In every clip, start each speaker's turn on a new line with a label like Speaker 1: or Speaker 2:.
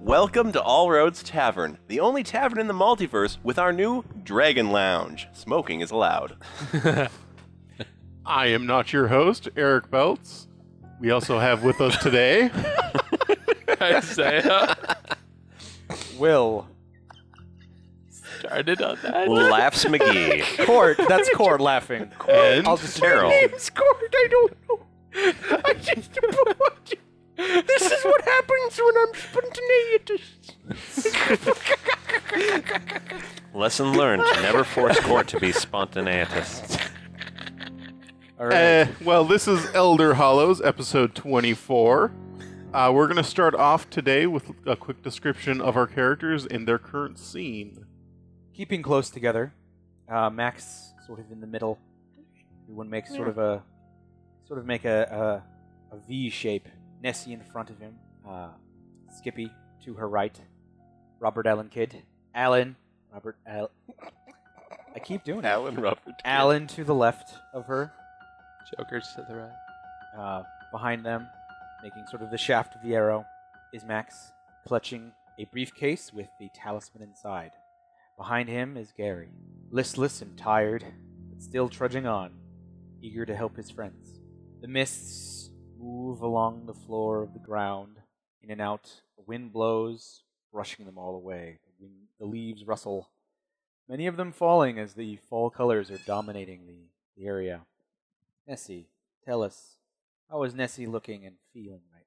Speaker 1: Welcome to All Roads Tavern, the only tavern in the multiverse with our new Dragon Lounge. Smoking is allowed.
Speaker 2: I am not your host, Eric Belts. We also have with us today
Speaker 3: Isaiah
Speaker 4: Will.
Speaker 3: started on that.
Speaker 1: Laughs McGee.
Speaker 4: Court. That's Court laughing.
Speaker 2: and
Speaker 4: I'll just
Speaker 1: Carol.
Speaker 5: scored. I don't know. I just don't want you. This is what happens when I'm spontaneous.
Speaker 6: Lesson learned: never force court to be spontaneous.
Speaker 4: All right.
Speaker 2: Uh, well, this is Elder Hollows, episode 24. Uh, we're going to start off today with a quick description of our characters and their current scene.
Speaker 4: Keeping close together. Uh, Max sort of in the middle. Everyone makes sort of a sort of make a, a, a V shape. Nessie in front of him. Uh, Skippy to her right. Robert Allen Kidd. Allen. Robert Al- I keep doing it.
Speaker 1: Alan Robert.
Speaker 4: Allen to the left of her.
Speaker 3: Joker's to the right.
Speaker 4: Uh, behind them, making sort of the shaft of the arrow, is Max, clutching a briefcase with the talisman inside. Behind him is Gary, listless and tired, but still trudging on, eager to help his friends. The mists move along the floor of the ground, in and out. The wind blows, brushing them all away. The, wind, the leaves rustle, many of them falling as the fall colors are dominating the, the area. Nessie, tell us how is Nessie looking and feeling right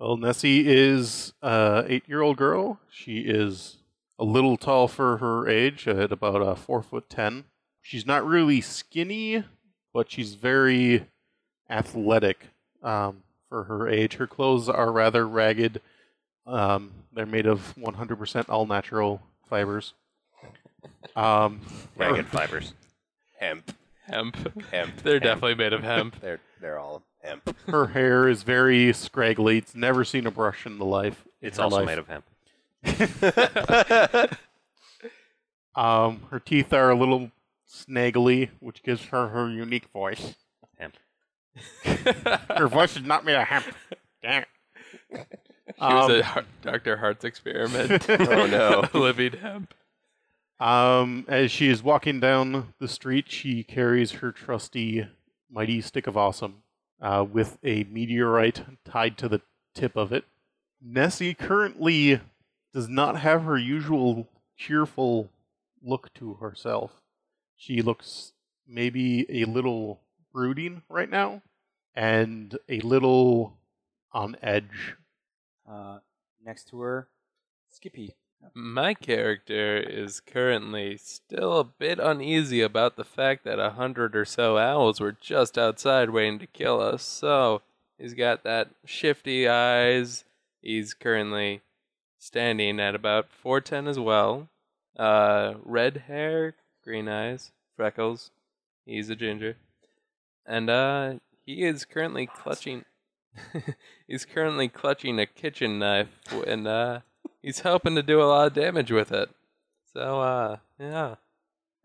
Speaker 2: Well, Nessie is an eight year old girl. She is a little tall for her age, at about uh, 4 foot 10. She's not really skinny, but she's very athletic um, for her age. Her clothes are rather ragged. Um, they're made of 100% all natural fibers. Um,
Speaker 6: Ragged fibers.
Speaker 1: Hemp.
Speaker 3: Hemp.
Speaker 1: Hemp.
Speaker 3: They're
Speaker 1: hemp.
Speaker 3: definitely made of hemp.
Speaker 1: They're, they're all hemp.
Speaker 2: her hair is very scraggly. It's never seen a brush in the life.
Speaker 6: It's also made of hemp.
Speaker 2: Um, her teeth are a little snaggly, which gives her her unique voice.
Speaker 6: Hemp.
Speaker 2: Her voice is not made of hemp. Damn it.
Speaker 3: She was
Speaker 2: Um,
Speaker 3: a Har- Dr. Hart's experiment.
Speaker 1: Oh no.
Speaker 3: Living hemp.
Speaker 2: Um, as she is walking down the street, she carries her trusty mighty stick of awesome uh, with a meteorite tied to the tip of it. Nessie currently does not have her usual cheerful look to herself. She looks maybe a little brooding right now and a little on edge.
Speaker 4: now? Uh, next to her, Skippy.
Speaker 3: My character is currently still a bit uneasy about the fact that a hundred or so owls were just outside waiting to kill us. So he's got that shifty eyes. He's currently standing at about 410 as well. Uh, red hair, green eyes, freckles. He's a ginger. And uh, he is currently clutching. he's currently clutching a kitchen knife and uh he's hoping to do a lot of damage with it. So, uh, yeah,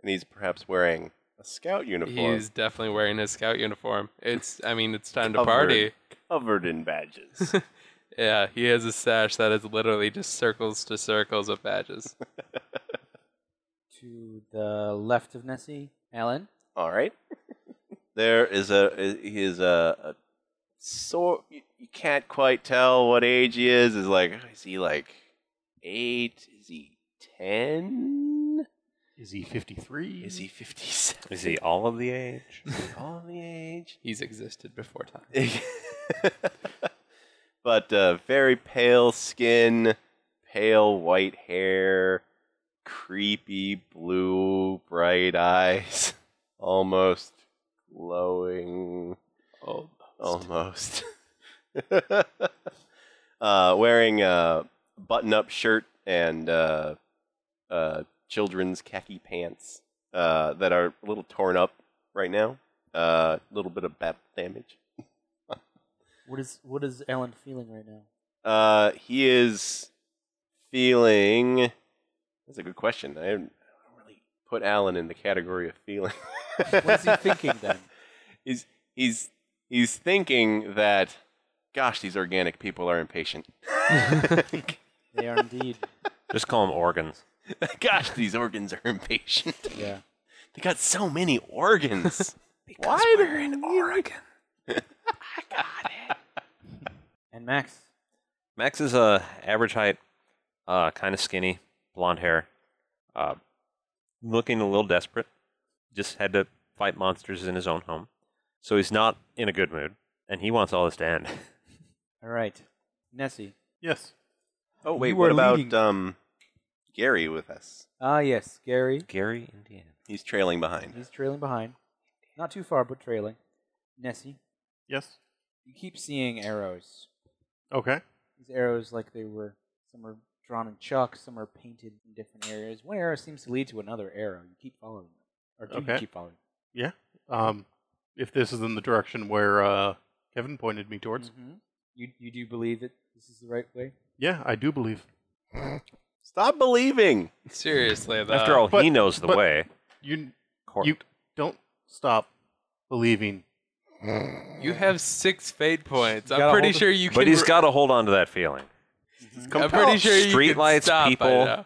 Speaker 1: And he's perhaps wearing a scout uniform
Speaker 3: he's definitely wearing his scout uniform. It's, I mean, it's time to
Speaker 1: Covered.
Speaker 3: party.
Speaker 1: covered in badges.
Speaker 3: Yeah, he has a sash that is literally just circles to circles of badges.
Speaker 4: To the left of Nessie, Alan.
Speaker 1: All right. There is a he is a, a sort you, you can't quite tell what age he is. Is like is he like eight? Is he ten?
Speaker 2: Is he 53?
Speaker 1: Is he fifty seven?
Speaker 6: Is he all of the age?
Speaker 1: All the age.
Speaker 3: He's existed before time.
Speaker 1: but uh, very pale skin, pale white hair, creepy blue bright eyes, almost glowing.
Speaker 3: Oh,
Speaker 1: Almost. uh, wearing a button up shirt and uh, uh, children's khaki pants uh, that are a little torn up right now. A uh, little bit of battle damage.
Speaker 4: What is what is Alan feeling right now?
Speaker 1: Uh, he is feeling. That's a good question. I haven't I don't really put Alan in the category of feeling.
Speaker 4: What is he thinking then?
Speaker 1: he's he's he's thinking that gosh these organic people are impatient
Speaker 4: They are indeed.
Speaker 6: Just call them organs.
Speaker 1: Gosh, these organs are impatient.
Speaker 4: Yeah.
Speaker 1: They got so many organs.
Speaker 5: Because
Speaker 1: Why
Speaker 5: we're in Oregon.
Speaker 4: And Max,
Speaker 6: Max is uh, average height, uh, kind of skinny, blonde hair, uh, looking a little desperate. Just had to fight monsters in his own home, so he's not in a good mood, and he wants all this to end.
Speaker 4: all right. Nessie.
Speaker 2: Yes.
Speaker 1: oh wait,
Speaker 4: You
Speaker 1: what
Speaker 4: are
Speaker 1: about
Speaker 4: leading.
Speaker 1: um, Gary with us?
Speaker 4: Ah, yes, Gary.
Speaker 6: Gary, Indiana.
Speaker 1: He's trailing behind.
Speaker 4: He's trailing behind. Not too far, but trailing. Nessie,
Speaker 2: Yes.
Speaker 4: you keep seeing arrows.
Speaker 2: Okay.
Speaker 4: These arrows, like they were, some are drawn in chalk, some are painted in different areas. One arrow seems to lead to another arrow. You keep following them. Or do
Speaker 2: Okay.
Speaker 4: you keep following
Speaker 2: Um, if this is in the direction where uh, Kevin pointed me towards,
Speaker 4: hmm You, you do believe that this is the right way?
Speaker 2: yeah, I do believe.
Speaker 1: Stop believing.
Speaker 3: Seriously, though.
Speaker 6: After all,
Speaker 2: Uh, but-
Speaker 6: he knows the
Speaker 2: but-
Speaker 6: way.
Speaker 2: You
Speaker 6: Cor-
Speaker 2: you don't stop believing.
Speaker 3: you have six fate points.
Speaker 4: gotta
Speaker 3: I'm pretty
Speaker 4: hold it.
Speaker 3: sure you can.
Speaker 6: but he's
Speaker 3: re-
Speaker 6: got to hold on to that feeling.
Speaker 3: I'm pretty sure you can
Speaker 6: Streetlights,
Speaker 3: stop, I
Speaker 6: people.
Speaker 3: know.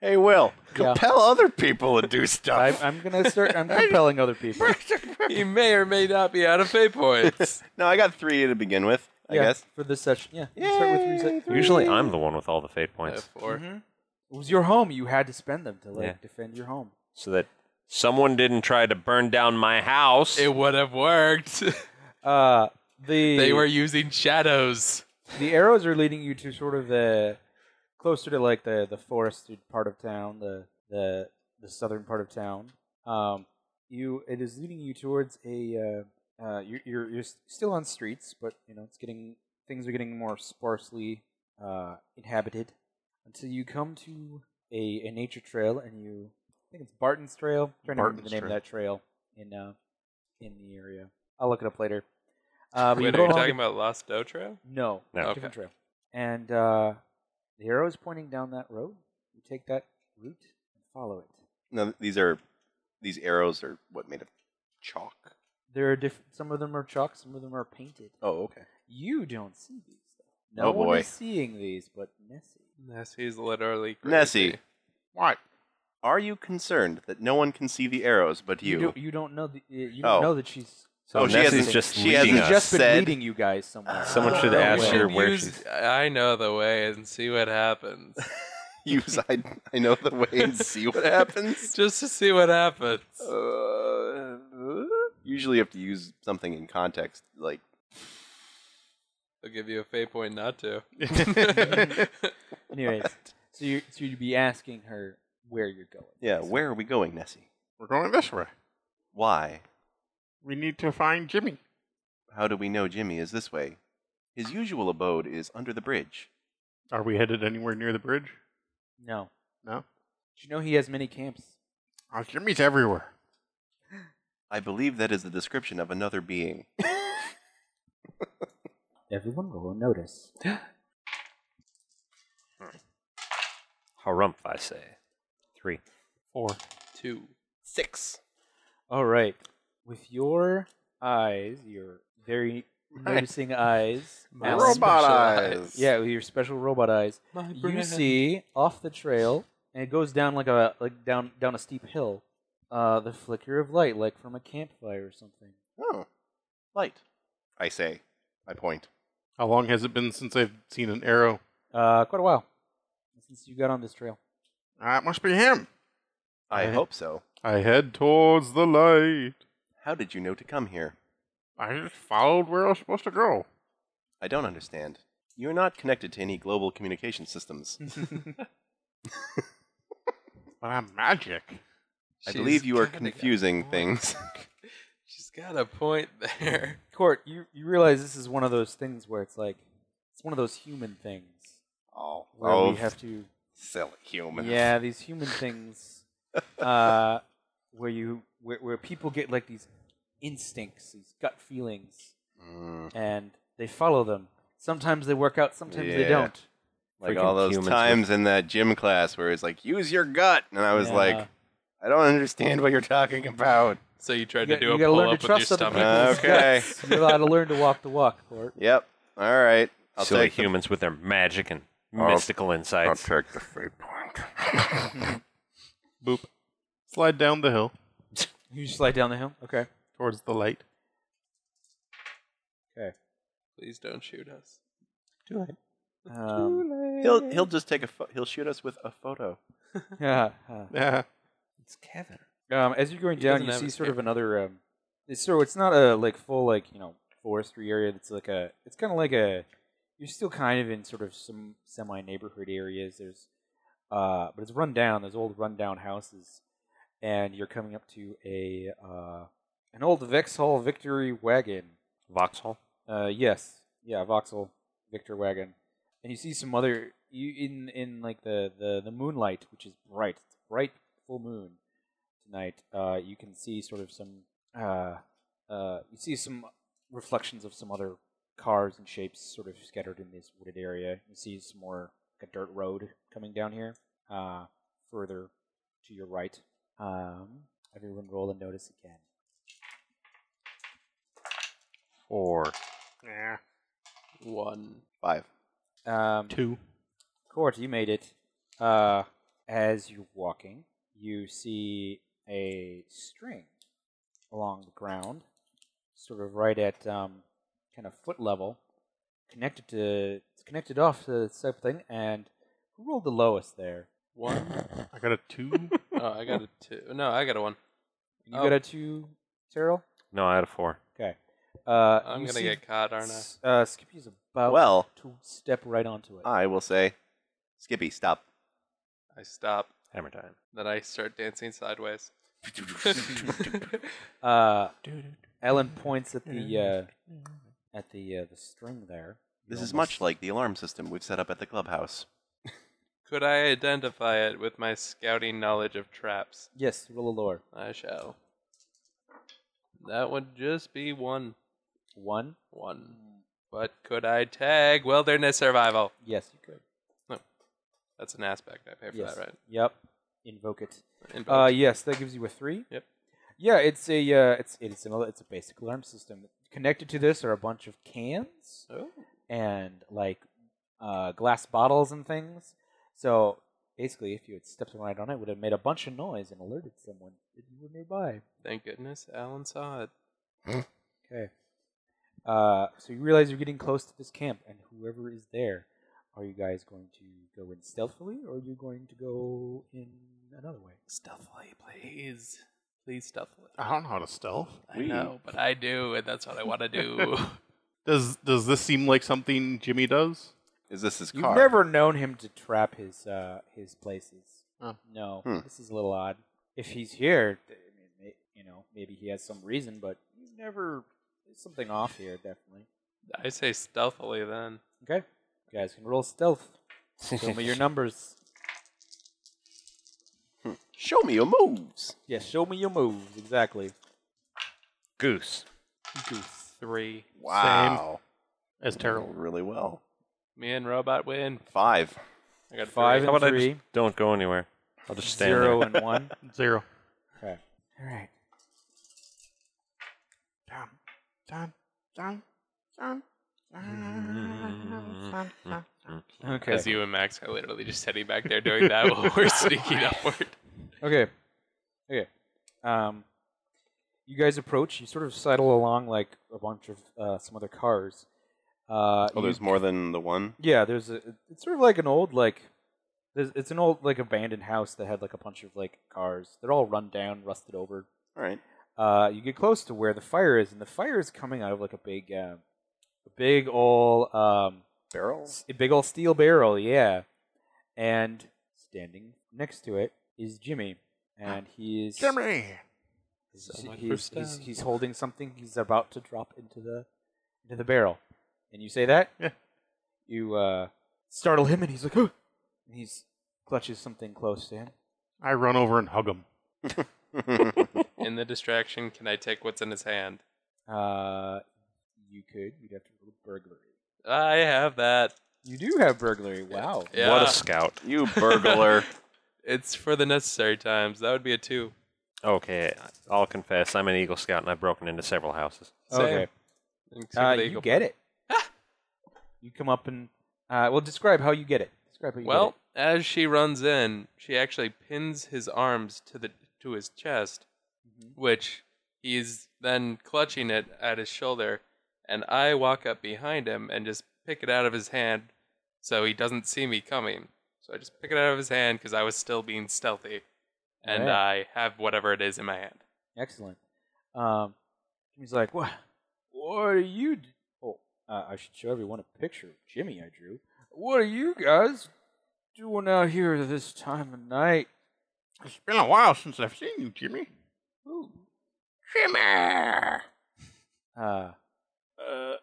Speaker 1: Hey, Will,
Speaker 4: Yeah.
Speaker 1: compel other people to do
Speaker 4: I'm,
Speaker 1: stuff.
Speaker 4: I'm gonna start. I'm compelling other people.
Speaker 3: He may or may not be out of fate points.
Speaker 1: no, I got three to begin with, I
Speaker 4: Yeah,
Speaker 1: guess.
Speaker 4: for this session. Yeah. you Start with reset.
Speaker 6: Usually,
Speaker 2: Mm.
Speaker 6: I'm the one with all the fate
Speaker 3: Uh,
Speaker 6: points,
Speaker 3: four.
Speaker 4: Mhm. It was your home. You had to spend them to like
Speaker 6: Yeah.
Speaker 4: defend your home.
Speaker 6: so that someone didn't try to burn down my house.
Speaker 3: It would have worked.
Speaker 4: Uh, the
Speaker 3: they were using shadows.
Speaker 4: the arrows are leading you to sort of the closer to like the the forested part of town, the the the southern part of town. Um, you it is leading you towards a uh, uh, you're, you're you're s- still on streets, but you know it's getting things are getting more sparsely uh, inhabited until you come to a, a nature trail and you I think it's Barton's Trail. I'm trying to remember
Speaker 2: Barton's
Speaker 4: the name
Speaker 2: Trail.
Speaker 4: of that trail in uh, in the area. I'll look it up later. Uh, but
Speaker 3: Wait, are
Speaker 4: go
Speaker 3: you
Speaker 4: along
Speaker 3: talking
Speaker 4: a-
Speaker 3: about Lost Doe Trail?
Speaker 4: no,
Speaker 6: No.
Speaker 4: no.
Speaker 6: Okay.
Speaker 4: different trail. And uh, the arrow is pointing down that road. You take that route and follow it.
Speaker 1: No, these are these arrows are what made of chalk.
Speaker 4: There are different. Some of them are chalk. Some of them are painted.
Speaker 1: Oh, okay.
Speaker 4: You don't see these. Though. No
Speaker 1: Oh,
Speaker 4: one
Speaker 1: boy.
Speaker 4: is seeing these, but Nessie.
Speaker 3: Nessie's literally crazy.
Speaker 1: Nessie,
Speaker 2: Why?
Speaker 1: are you concerned that no one can see the arrows but you?
Speaker 4: don't, you don't know. The, you don't
Speaker 1: Oh.
Speaker 4: know that she's.
Speaker 6: so
Speaker 1: Oh, she
Speaker 6: Nessie's
Speaker 1: hasn't-
Speaker 6: just
Speaker 1: she
Speaker 6: leading
Speaker 1: hasn't
Speaker 4: She's
Speaker 6: us.
Speaker 4: just been
Speaker 1: said-
Speaker 4: leading you guys somewhere.
Speaker 6: Someone should
Speaker 4: Don't
Speaker 6: ask
Speaker 4: worry.
Speaker 6: her
Speaker 3: should
Speaker 6: where
Speaker 3: Uh, use-
Speaker 6: she's-
Speaker 3: I know the way and see what happens.
Speaker 1: Use I, I know the way and see what happens.
Speaker 3: Just to see what happens.
Speaker 1: Uh, usually, you have to use something in context, like
Speaker 3: They'll give you a fate point not to.
Speaker 4: Anyways, so you so you'd be asking her where you're going.
Speaker 1: yeah, where are we going, Nessie?
Speaker 2: We're going this way.
Speaker 1: Why?
Speaker 2: We need to find Jimmy.
Speaker 1: How do we know Jimmy is this way? His usual abode is under the bridge.
Speaker 2: Are we headed anywhere near the bridge?
Speaker 4: No.
Speaker 2: No.
Speaker 4: Do you know he has many camps?
Speaker 2: Oh, Jimmy's everywhere.
Speaker 1: I believe that is the description of another being.
Speaker 4: Everyone will notice.
Speaker 6: Harumph, I say. Three.
Speaker 2: Four.
Speaker 3: Two.
Speaker 1: Six.
Speaker 4: All right. With your eyes, your very noticing eyes,
Speaker 3: My
Speaker 4: Alan-
Speaker 3: special
Speaker 4: yeah, with your special robot eyes,
Speaker 3: My
Speaker 4: you
Speaker 3: brain.
Speaker 4: see off the trail, and it goes down like a like down down a steep hill, uh, the flicker of light, like from a campfire or something.
Speaker 1: Oh, light. I say. I point.
Speaker 2: How long has it been since I've seen an arrow?
Speaker 4: Uh, quite a while since you got on this trail.
Speaker 2: Ah, it must be him.
Speaker 1: I
Speaker 2: Right.
Speaker 1: hope so.
Speaker 2: I head towards the light.
Speaker 1: How did you know to come here?
Speaker 2: I just followed where I was supposed to go.
Speaker 1: I don't understand. You're not connected to any global communication systems.
Speaker 4: Hmm.
Speaker 2: But I'm magic.
Speaker 1: I
Speaker 3: She's
Speaker 1: believe you are
Speaker 3: kinda got a
Speaker 1: confusing
Speaker 3: point.
Speaker 1: things.
Speaker 3: She's got a point there.
Speaker 4: Court, you you realize this is one of those things where it's like it's one of those human things
Speaker 1: Oh,
Speaker 4: where we have to
Speaker 1: silly humans.
Speaker 4: Yeah, these human things, uh, where you where, where people get like these instincts, these gut feelings,
Speaker 1: Mm,
Speaker 4: and they follow them. Sometimes they work out, sometimes they
Speaker 1: Yeah.
Speaker 4: don't.
Speaker 1: like
Speaker 6: Freaking
Speaker 1: all those
Speaker 6: humans with-
Speaker 1: times in that gym class where it's like, use your gut. And I was
Speaker 4: Yeah.
Speaker 1: like, I don't understand what you're talking about.
Speaker 3: So you tried
Speaker 4: you
Speaker 3: to do a
Speaker 4: got to
Speaker 3: pull
Speaker 4: learn to
Speaker 3: up with your
Speaker 4: trust other
Speaker 3: stomach.
Speaker 4: people's
Speaker 1: Okay.
Speaker 4: guts. You got to learn to walk the walk, Court.
Speaker 1: Yep. All right. I'll
Speaker 6: Silly
Speaker 1: take the-
Speaker 6: humans with their magic and
Speaker 5: I'll-
Speaker 6: mystical
Speaker 5: I'll
Speaker 6: insights.
Speaker 5: take the fate point.
Speaker 2: Boop. Slide down the hill
Speaker 4: You just slide down the hill. Okay.
Speaker 2: towards the light.
Speaker 3: Please don't shoot us.
Speaker 4: Um,
Speaker 1: He'll he'll just take a pho- he'll shoot us with a photo.
Speaker 4: yeah. uh,
Speaker 2: Yeah.
Speaker 6: It's Kevin.
Speaker 4: Um, as you're going
Speaker 3: He
Speaker 4: down,
Speaker 3: doesn't
Speaker 4: you
Speaker 3: have
Speaker 4: see
Speaker 3: his
Speaker 4: sort
Speaker 3: hair.
Speaker 4: of another. Um, it's so it's not a like full like you know forestry area. It's like a. It's kind of like a. You're still kind of in sort of some semi neighborhood areas. There's, uh, but it's run down. There's old run down houses, and you're coming up to a uh, an old Vexhall Victory wagon.
Speaker 6: Vauxhall.
Speaker 4: Uh, yes, yeah, Voxel Victor wagon, and you see some other you in in like the the the moonlight, which is bright, it's a bright full moon tonight. Uh, you can see sort of some uh uh you see some reflections of some other cars and shapes sort of scattered in this wooded area. You see some more like a dirt road coming down here. Uh, further to your right. Um, everyone roll and notice again.
Speaker 6: Or
Speaker 3: One.
Speaker 1: Five.
Speaker 4: Um,
Speaker 2: Two.
Speaker 4: Court, you made it. Uh, as you're walking, you see a string along the ground, sort of right at um, kind of foot level, connected to it's connected off to something. And who rolled the lowest there?
Speaker 3: One.
Speaker 2: I got a two.
Speaker 3: oh, I got a two. No, I got a one.
Speaker 4: You
Speaker 3: Oh.
Speaker 4: got a two, Terrell.
Speaker 6: no, I had a four.
Speaker 4: Okay. Uh,
Speaker 3: I'm
Speaker 4: you
Speaker 3: gonna
Speaker 4: see
Speaker 3: get caught, aren't I?
Speaker 4: S- Uh, Skippy's about
Speaker 1: Well,
Speaker 4: to step right onto it.
Speaker 1: I will say, Skippy, stop.
Speaker 3: I stop.
Speaker 6: Hammer time.
Speaker 3: Then I start dancing sideways.
Speaker 4: Uh, Ellen points at the uh, at the uh, the string there. You
Speaker 1: This is
Speaker 4: almost-
Speaker 1: much like the alarm system we've set up at the clubhouse.
Speaker 3: Could I identify it with my scouting knowledge of traps?
Speaker 4: Yes, roll a lore.
Speaker 3: I shall. That would just be one.
Speaker 4: One.
Speaker 3: One. But could I tag wilderness survival?
Speaker 4: Yes, you could.
Speaker 3: That's an aspect I pay for
Speaker 4: yes.
Speaker 3: that, right?
Speaker 4: Yep. Invoke it.
Speaker 3: Invoke.
Speaker 4: Uh, yes, that gives you a three.
Speaker 3: Yep.
Speaker 4: Yeah, it's a uh, it's it's another it's a basic alarm system. Connected to this are a bunch of cans
Speaker 3: Oh.
Speaker 4: and like uh, glass bottles and things. So basically, if you had stepped right on it, it would have made a bunch of noise and alerted someone that you were nearby.
Speaker 3: Thank goodness Alan saw it.
Speaker 4: Okay. Uh, so you realize you're getting close to this camp, and whoever is there, are you guys going to go in stealthily, or are you going to go in another way?
Speaker 3: Stealthily, please. Please stealthily.
Speaker 4: Ah,
Speaker 2: I don't know how to stealth.
Speaker 3: I know, but I do, and that's what I want to do.
Speaker 2: Does does this seem like something Jimmy does?
Speaker 1: Is this his
Speaker 4: You've
Speaker 1: car?
Speaker 4: never known him to trap his uh, his places.
Speaker 2: Oh.
Speaker 4: No,
Speaker 1: Hmm.
Speaker 4: this is a little odd. If he's here, th- I mean, may- you know, maybe he has some reason, but he's never. There's something off here, definitely.
Speaker 3: I say stealthily then.
Speaker 4: Okay, you guys can roll stealth. Show me your numbers.
Speaker 1: Show me your moves.
Speaker 4: Yeah, show me your moves exactly.
Speaker 6: Goose.
Speaker 3: Three.
Speaker 1: Wow.
Speaker 2: As Terrell.
Speaker 1: Really well.
Speaker 3: Me and Robot win.
Speaker 1: Five.
Speaker 3: I got
Speaker 4: Five
Speaker 3: Three.
Speaker 6: How
Speaker 4: and
Speaker 6: about I
Speaker 4: three,
Speaker 6: Don't go anywhere. I'll just stand
Speaker 4: zero
Speaker 6: there.
Speaker 4: and one.
Speaker 2: Zero.
Speaker 4: Okay. All right.
Speaker 2: Dun, dun, dun, dun,
Speaker 6: dun, dun,
Speaker 4: Okay.
Speaker 3: As you and Max are literally just sitting back there doing that while we're sneaking upward.
Speaker 4: Okay. Okay. Um, you guys approach. You sort of sidle along like a bunch of uh, some other cars. Uh,
Speaker 1: Oh,
Speaker 4: you-
Speaker 1: there's more than the one?
Speaker 4: Yeah, there's a. It's sort of like an old like. There's, it's an old like abandoned house that had like a bunch of like cars. They're all run down, rusted over.
Speaker 1: All right.
Speaker 4: Uh, you get close to where the fire is, and the fire is coming out of like a big, uh, a big old um,
Speaker 1: Barrels?
Speaker 4: a big old steel barrel, yeah. And standing next to it is Jimmy, and he is
Speaker 2: Jimmy.
Speaker 4: He's,
Speaker 3: So much for
Speaker 4: he's, he's,
Speaker 3: stealth.
Speaker 4: he's holding something. He's about to drop into the into the barrel, and you say that.
Speaker 2: Yeah.
Speaker 4: You uh, startle him, and he's like, "Huh!" and he's clutches something close to him.
Speaker 2: I run over and hug him.
Speaker 3: In the distraction, can I take what's in his hand?
Speaker 4: Uh, you could. You'd have to roll burglary.
Speaker 3: I have that.
Speaker 4: You do have burglary. Wow.
Speaker 3: Yeah.
Speaker 6: What a scout.
Speaker 1: you burglar.
Speaker 3: It's for the necessary times. That would be a two.
Speaker 6: Okay, I'll confess, I'm an Eagle Scout and I've broken into several houses.
Speaker 3: Same.
Speaker 4: Okay.
Speaker 3: Except
Speaker 4: Uh,
Speaker 3: the
Speaker 4: you
Speaker 3: eagle-
Speaker 4: get it. you come up and uh, well describe how you get it. Describe how you did
Speaker 3: Well,
Speaker 4: it.
Speaker 3: as she runs in, she actually pins his arms to the to his chest,
Speaker 4: Mhm.
Speaker 3: which he's then clutching it at his shoulder, and I walk up behind him and just pick it out of his hand so he doesn't see me coming. So I just pick it out of his hand because I was still being stealthy, and I
Speaker 4: Alright.
Speaker 3: have whatever it is in my hand.
Speaker 4: Excellent. Um, Jimmy's like, what? What are you? D-? Oh, uh, I should show everyone a picture of Jimmy I drew. What are you guys doing out here this time of night?
Speaker 5: It's been a while since I've seen you, Jimmy. Jimmy!
Speaker 4: Uh, uh,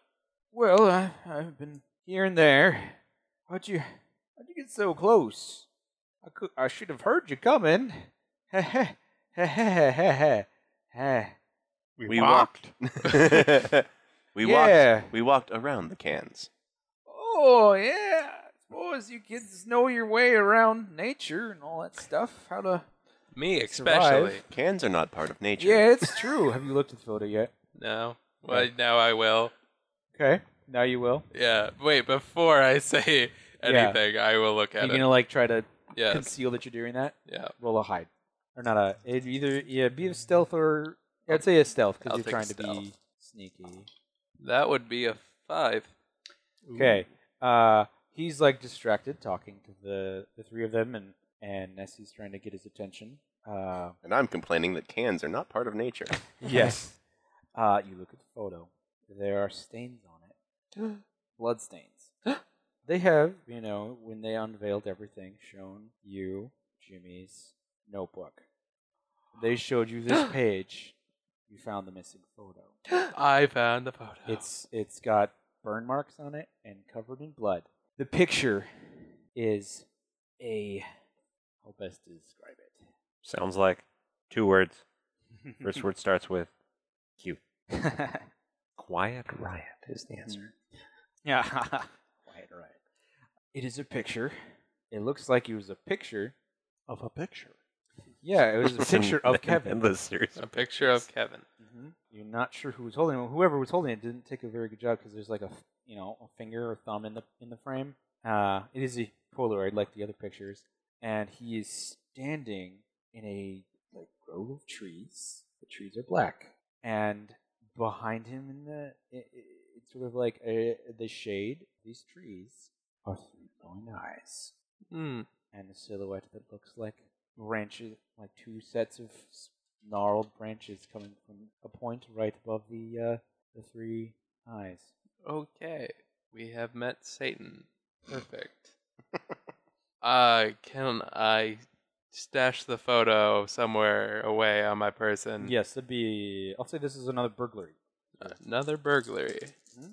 Speaker 4: well, I, I've been here and there. How'd you? How'd you get so close? I could. I should have heard you coming. Oh, Heh heh heh heh heh heh heh.
Speaker 2: We,
Speaker 1: We
Speaker 2: walked.
Speaker 1: we walked.
Speaker 4: yeah.
Speaker 1: We walked around the cans.
Speaker 4: Oh yeah. I suppose you kids know your way around nature and all that stuff. How to?
Speaker 3: Me
Speaker 4: Survive.
Speaker 3: especially.
Speaker 1: Cans are not part of nature.
Speaker 4: Yeah, it's true. have you looked at the photo yet?
Speaker 3: No. Well, now I will.
Speaker 4: Okay. Now you will.
Speaker 3: Yeah. Wait. Before I say
Speaker 4: Yeah.
Speaker 3: anything, I will look at
Speaker 4: Are you
Speaker 3: it.
Speaker 4: gonna like try to
Speaker 3: yeah.
Speaker 4: conceal that you're doing that?
Speaker 3: Yeah.
Speaker 4: roll a hide, or not a. It either yeah, be a stealth or I'd say a stealth
Speaker 3: Mm-hmm. I'll
Speaker 4: because you're
Speaker 3: take
Speaker 4: trying to be
Speaker 3: stealth.
Speaker 4: sneaky.
Speaker 3: That would be a five.
Speaker 4: Okay, uh, he's like distracted talking to the the three of them, and and Nessie's trying to get his attention. Uh,
Speaker 1: And I'm complaining that cans are not part of nature.
Speaker 4: yes, uh, you look at the photo. There are stains on it, blood stains. they have, you know, when they unveiled everything, shown you Jimmy's notebook. They showed you this page. You found the missing photo.
Speaker 3: I found the photo.
Speaker 4: It's it's got burn marks on it and covered in blood. The picture is a how best to describe
Speaker 6: Sounds like two words.
Speaker 4: it.
Speaker 6: First word starts with quiet.
Speaker 4: Mm-hmm. yeah. Quiet right. It is a picture. It looks like it was a picture.
Speaker 2: Of a picture.
Speaker 4: Yeah, it was a picture of Kevin.
Speaker 6: Endless series.
Speaker 3: a picture of Kevin.
Speaker 4: Mhm. You're not sure who was holding it. Whoever was holding it didn't take a very good job because there's like a you know a finger or thumb in the in the frame. Uh, it is a Polaroid like the other pictures, and he is standing in a like grove of trees. The trees are black, and behind him in the it, it, it's sort of like a, the shade of these trees are three glowing eyes
Speaker 3: Hmm.
Speaker 4: and a silhouette that looks like branches, like two sets of gnarled branches coming from a point right above the uh, the three eyes.
Speaker 3: Okay. We have met Satan. Perfect. uh, can I stash the photo somewhere away on my person?
Speaker 4: Yes, that'd be. I'll say this is another burglary.
Speaker 3: Another burglary.
Speaker 4: Mhm.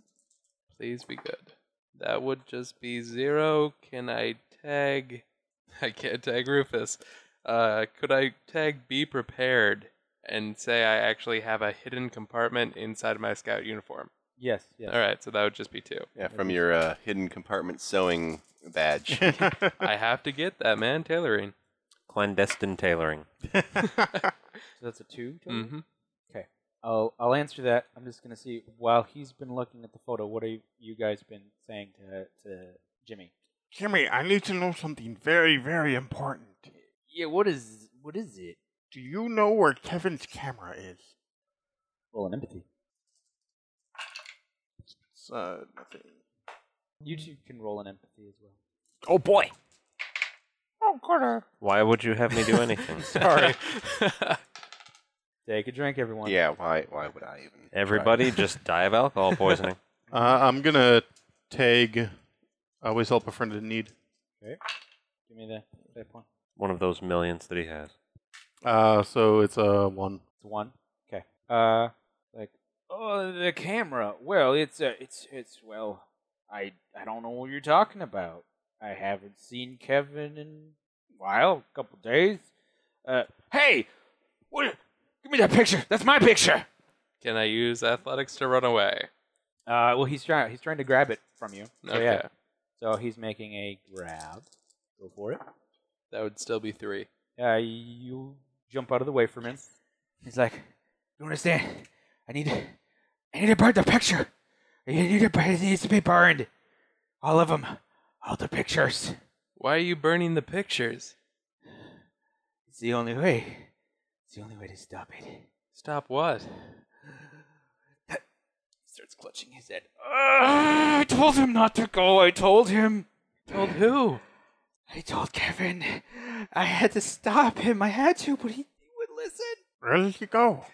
Speaker 3: Please be good. That would just be zero. Can I tag? I can't tag Rufus. Uh, could I tag be prepared and say I actually have a hidden compartment inside my scout uniform?
Speaker 4: Yes, yes.
Speaker 3: All right, so that would just be two.
Speaker 1: Yeah, from your uh, hidden compartment sewing badge.
Speaker 3: I have to get that man tailoring.
Speaker 6: Clandestine tailoring.
Speaker 4: So that's a two. total?
Speaker 3: hmm
Speaker 4: I'll I'll answer that. I'm just gonna see while he's been looking at the photo. What have you guys been saying to to Jimmy?
Speaker 5: Jimmy, I need to know something very, very important.
Speaker 4: Yeah, what is what is it?
Speaker 5: Do you know where Kevin's camera is?
Speaker 4: Well, an empathy.
Speaker 5: It's, uh, nothing.
Speaker 4: You two can roll an empathy as well.
Speaker 6: Oh boy.
Speaker 5: Oh, God.
Speaker 6: Why would you have me do anything?
Speaker 3: Sorry.
Speaker 4: Take a drink, everyone.
Speaker 1: yeah, why? Why would I even? try?
Speaker 6: Everybody just die of alcohol poisoning.
Speaker 2: Uh, I'm going to tag Always Help a Friend in Need.
Speaker 4: Give me the that point.
Speaker 6: One of those millions that he has.
Speaker 2: Uh, so it's a one.
Speaker 4: It's one. Okay. Uh, like oh the camera. Well, it's uh, it's it's well, I I don't know what you're talking about. I haven't seen Kevin in a while, a couple days. Uh, hey, what? Give me that picture. That's my picture.
Speaker 3: Can I use athletics to run away?
Speaker 4: Uh, well, he's trying he's trying to grab it from you. So,
Speaker 3: Okay.
Speaker 4: yeah. So he's making a grab. Go for it.
Speaker 3: That would still be three.
Speaker 4: Uh, you jump out of the way for a minute. He's like,
Speaker 5: You understand? I need I need to burn the picture. I need to burn, it needs to be burned. All of them. All the pictures.
Speaker 3: Why are you burning the pictures?
Speaker 4: It's the only way. It's the only way to stop it.
Speaker 3: Stop what?
Speaker 4: He starts clutching his head. "Ah, I told him not to go. I told him.
Speaker 3: Told who?
Speaker 4: I told Kevin. I had to stop him. I had to, but he, he would listen.
Speaker 2: Where did you go?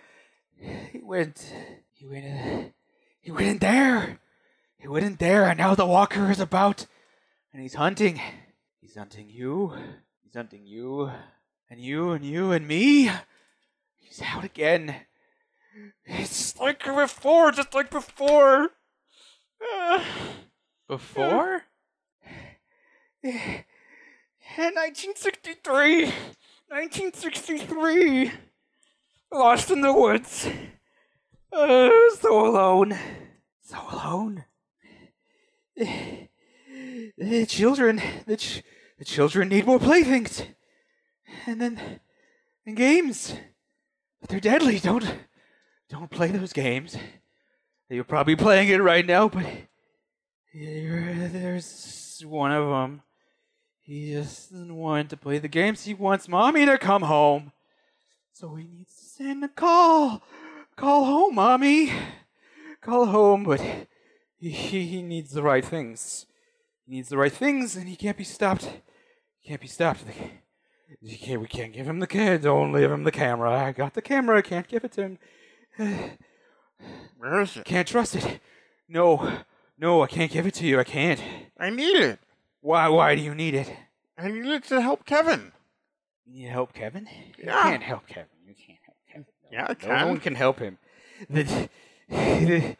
Speaker 4: He went. He went. In, he went in there. He went in there, and now the walker is about, and he's hunting. He's hunting you. He's hunting you, and you, and you, and me. He's out again. It's like before, just like before. Ah.
Speaker 3: Before?
Speaker 4: Eh, 1963! 1963! Lost in the woods. Uh, so alone. So alone. Eh, The children, the, ch- the children need more playthings. And then, and games. But they're deadly. Don't, don't play those games. You're probably playing it right now, but yeah, there's one of them. He doesn't want to play the games. He wants mommy to come home. So he needs to send a call. Call home, mommy. Call home, but he, he needs the right things. He needs the right things, and he can't be stopped. He can't be stopped. The- he can't- we can't give him the kid. Don't leave him the camera. I got the camera. I can't give it to him.
Speaker 5: Where is it?
Speaker 4: Can't trust it. No, no, I can't give it to you. I can't.
Speaker 5: I need it.
Speaker 4: Why? Why do you need it?
Speaker 5: I need it to help Kevin.
Speaker 4: You need help, Kevin?
Speaker 5: Yeah.
Speaker 4: You can't help Kevin. You can't help Kevin. No,
Speaker 5: Yeah, I
Speaker 4: no,
Speaker 5: can.
Speaker 4: No one can help him. The, the,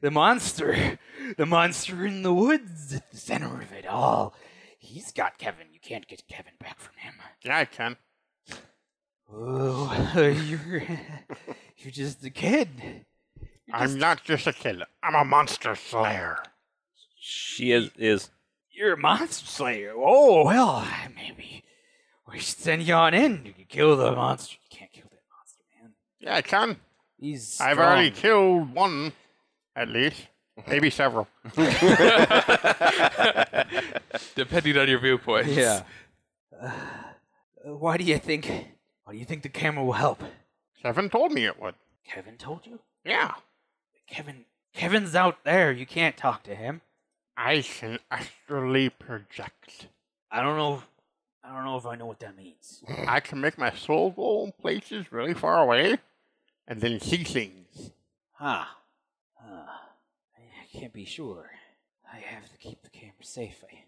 Speaker 4: the monster, the monster in the woods, at the center of it all. He's got Kevin. You can't get Kevin back from him.
Speaker 5: Yeah, I can.
Speaker 4: Oh, you're, you're just a kid. You're
Speaker 5: I'm
Speaker 4: just-
Speaker 5: not just a killer. I'm a monster slayer.
Speaker 6: She is is
Speaker 4: You're a monster slayer. Oh well, maybe we should send you on in. You can kill the monster. You can't kill that monster, man.
Speaker 5: Yeah, I can.
Speaker 4: He's.
Speaker 5: I've already
Speaker 4: strong.
Speaker 5: killed one, at least. Maybe several.
Speaker 3: Depending on your viewpoint.
Speaker 4: Yeah. Uh, why do you think? Why do you think the camera will help?
Speaker 5: Kevin told me it would.
Speaker 4: Kevin told you.
Speaker 5: Yeah.
Speaker 4: Kevin. Kevin's out there. You can't talk to him.
Speaker 5: I can astrally project.
Speaker 4: I don't know. I don't know if I know what that means.
Speaker 5: I can make my soul go in places really far away and then see things.
Speaker 4: Huh. Huh. I I can't be sure. I have to keep the camera safe. I...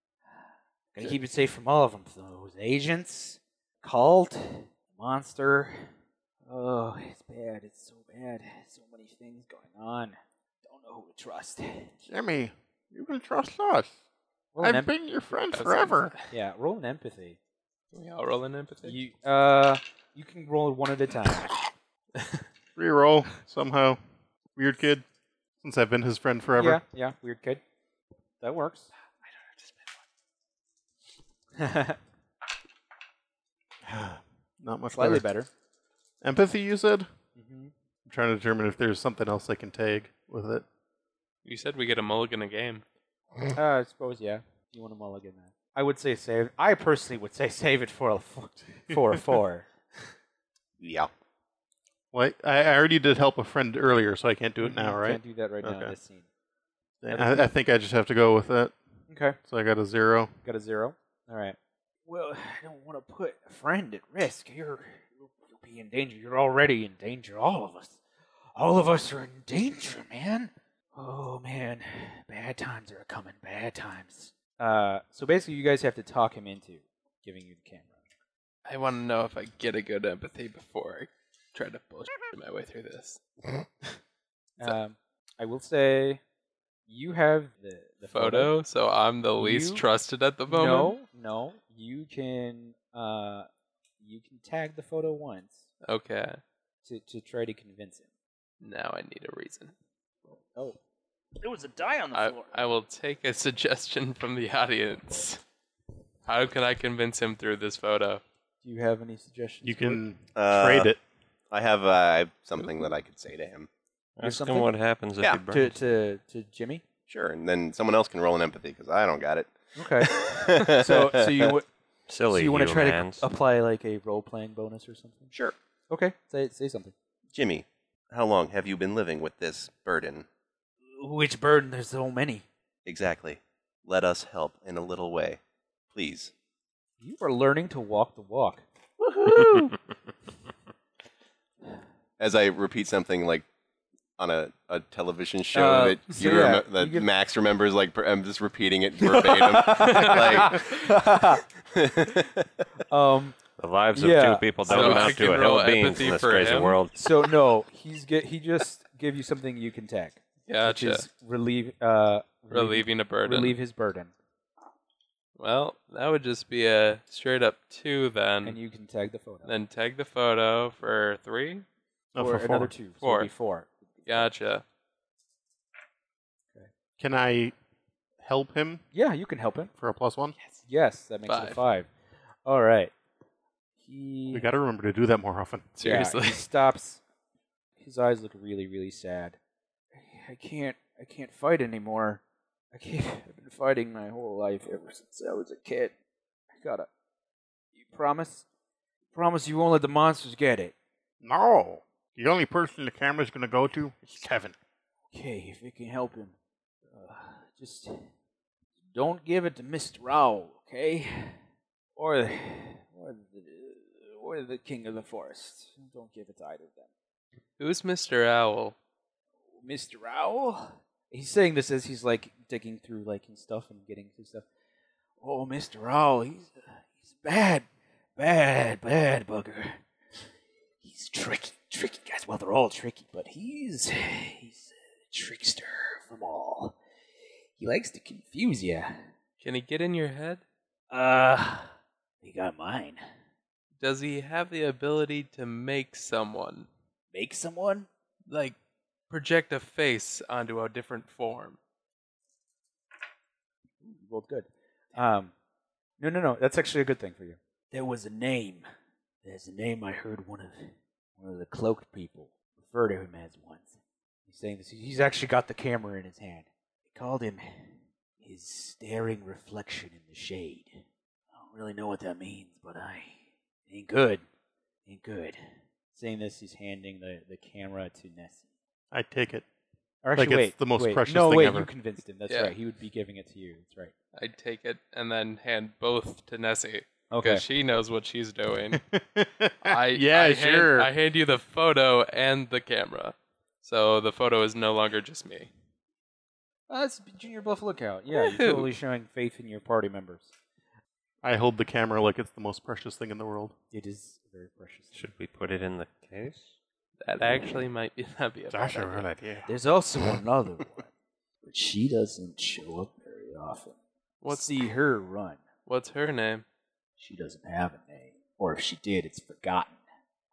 Speaker 4: Gotta keep it safe from all of them. Those agents, cult, monster. Oh, it's bad. It's so bad. So many things going on. Don't know who to trust.
Speaker 5: Jimmy, you can trust us.
Speaker 4: Roll
Speaker 5: I've
Speaker 4: an em-
Speaker 5: been your friend
Speaker 3: That's-
Speaker 5: forever.
Speaker 4: yeah, roll an empathy.
Speaker 3: Can we all roll an empathy?
Speaker 4: You uh, you can roll one at a time.
Speaker 2: Reroll somehow. Weird kid. Since I've been his friend forever.
Speaker 4: Yeah, yeah, weird kid. That works. I don't have to spend one.
Speaker 2: Not much
Speaker 4: Slightly
Speaker 2: better.
Speaker 4: better.
Speaker 2: Empathy, you said? I'm
Speaker 4: Mm-hmm.
Speaker 2: trying to determine if there's something else I can tag with it.
Speaker 3: You said we get a mulligan a game.
Speaker 4: Uh, I suppose yeah. You want a mulligan that? I would say save. I personally would say save it for a four, for a four.
Speaker 1: yeah.
Speaker 2: What? I I already did help a friend earlier, so I can't do it now,
Speaker 4: You
Speaker 2: right?
Speaker 4: Can't do that right now.
Speaker 2: Okay.
Speaker 4: in This scene.
Speaker 2: I, I think I just have to go with that.
Speaker 4: Okay,
Speaker 2: So I got a zero.
Speaker 4: got a zero. All right. Well, I don't want to put a friend at risk. You're you'll you'll be in danger. You're already in danger. All of us, all of us are in danger, man. Oh man, bad times are coming. Bad times. Uh, so basically, you guys have to talk him into giving you the camera.
Speaker 3: I want to know if I get a good empathy before I try to bullshit my way through this.
Speaker 4: Um, I will say, you have the the
Speaker 3: Photo, so I'm the least
Speaker 4: You-
Speaker 3: trusted at the moment.
Speaker 4: No, no, you can uh, you can tag the photo once
Speaker 3: Okay.
Speaker 4: to to try to convince him.
Speaker 3: Now I need a reason.
Speaker 4: Oh, there was a die on
Speaker 3: I, I will take a suggestion from the audience. How can I convince him through this photo?
Speaker 4: Do you have any suggestions?
Speaker 2: You
Speaker 4: for it?
Speaker 2: can
Speaker 1: Uh,
Speaker 2: trade it.
Speaker 1: I have uh, I have something that I could say to him.
Speaker 6: ask him
Speaker 4: something?
Speaker 6: what happens if
Speaker 1: Yeah,
Speaker 6: he burns.
Speaker 4: to to to Jimmy.
Speaker 1: Sure, and then someone else can roll an empathy because I don't got it.
Speaker 4: Okay. so so you w- so
Speaker 6: Silly
Speaker 4: you want to try to
Speaker 6: humans.
Speaker 4: apply like a role playing bonus or something?
Speaker 1: sure,
Speaker 4: Okay. Say say something.
Speaker 1: Jimmy. How long have you been living with this burden?
Speaker 4: Which burden? There's so many.
Speaker 1: Exactly. Let us help in a little way, please.
Speaker 4: You are learning to walk the walk.
Speaker 1: As I repeat something like on a, a television show,
Speaker 3: Uh,
Speaker 1: that,
Speaker 4: so
Speaker 1: you
Speaker 4: yeah,
Speaker 1: remem-
Speaker 4: you
Speaker 1: that
Speaker 4: get-
Speaker 1: Max remembers, like per- I'm just repeating it verbatim. like,
Speaker 4: um.
Speaker 6: The lives
Speaker 4: Yeah.
Speaker 6: of two people
Speaker 3: So
Speaker 6: don't
Speaker 3: I
Speaker 6: amount
Speaker 3: can
Speaker 6: to a
Speaker 3: roll
Speaker 6: hill of beans
Speaker 3: empathy
Speaker 6: in this
Speaker 3: for
Speaker 6: crazy
Speaker 3: him?
Speaker 6: world.
Speaker 4: So no, he's get he just give you something you can tag,
Speaker 3: Gotcha.
Speaker 4: which is relieve uh
Speaker 3: Relieving a burden.
Speaker 4: relieve his burden,
Speaker 3: Well, that would just be a straight up two then.
Speaker 4: and you can tag the photo.
Speaker 3: Mm. then tag the photo for three.
Speaker 2: No,
Speaker 4: or
Speaker 2: Oh, for
Speaker 4: another
Speaker 2: four.
Speaker 4: two, so
Speaker 3: Four.
Speaker 4: it'd be four.
Speaker 3: Gotcha.
Speaker 2: Can I help him
Speaker 4: Yeah, you can help him.
Speaker 2: for a plus one?
Speaker 4: Yes, that makes it a
Speaker 3: Five.
Speaker 4: five. All right. He
Speaker 2: We got to remember to do that more often.
Speaker 4: yeah,
Speaker 3: Seriously.
Speaker 4: he stops. His eyes look really, really sad. I can't. I can't fight anymore. I can't. I've been fighting my whole life ever since I was a kid. I gotta. You promise? Promise you won't let the monsters get it.
Speaker 2: No. The only person the camera's going to go to is Kevin.
Speaker 4: Okay, if it can help him, uh, just don't give it to Mr. Rao, okay? Or, or the, or the King of the Forest. Don't give it to either of them.
Speaker 3: Who's Mr. Owl?
Speaker 4: Mr. Owl? He's saying this as he's like digging through like his stuff and getting through stuff. Oh, Mr. Owl, he's uh, he's bad, bad, bad bugger. He's tricky, tricky guys. Well, they're all tricky, but he's he's a trickster of them all. He likes to confuse you.
Speaker 3: Can he get in your head?
Speaker 4: Uh, he got mine.
Speaker 3: Does he have the ability to make someone?
Speaker 4: Make someone?
Speaker 3: Like, project a face onto a different form?
Speaker 4: You rolled good. Um, no, no, no. That's actually a good thing for you. There was a name. There's a name I heard one of one of the cloaked people refer to him as once. He's saying this. He's actually got the camera in his hand. They called him his staring reflection in the shade. I don't really know what that means, but I it ain't good. Ain't good. Saying this, he's handing the, the camera to Nessie.
Speaker 2: I take it.
Speaker 4: Or
Speaker 2: Like
Speaker 4: actually,
Speaker 2: it's
Speaker 4: wait,
Speaker 2: the most
Speaker 4: wait.
Speaker 2: precious
Speaker 4: no,
Speaker 2: thing
Speaker 4: wait,
Speaker 2: ever.
Speaker 4: you convinced him. That's
Speaker 3: Yeah.
Speaker 4: right. He would be giving it to you. That's right.
Speaker 3: I'd take it and then hand both to Nessie.
Speaker 4: Okay.
Speaker 3: Because she knows what she's doing. I,
Speaker 2: yeah,
Speaker 3: I hand-
Speaker 2: sure.
Speaker 3: I hand you the photo and the camera. So the photo is no longer just me.
Speaker 4: Uh, it's Junior Bluff Lookout. Yeah, you're
Speaker 3: Woohoo.
Speaker 4: totally showing faith in your party members.
Speaker 2: I hold the camera like it's the most precious thing in the world.
Speaker 4: It is very precious.
Speaker 6: Should we put it in the case?
Speaker 3: That actually might be that be a bad idea.
Speaker 2: idea.
Speaker 4: There's also another one, but she doesn't show up very often.
Speaker 3: What's
Speaker 4: see her run?
Speaker 3: what's her name?
Speaker 4: She doesn't have a name, or if she did, it's forgotten.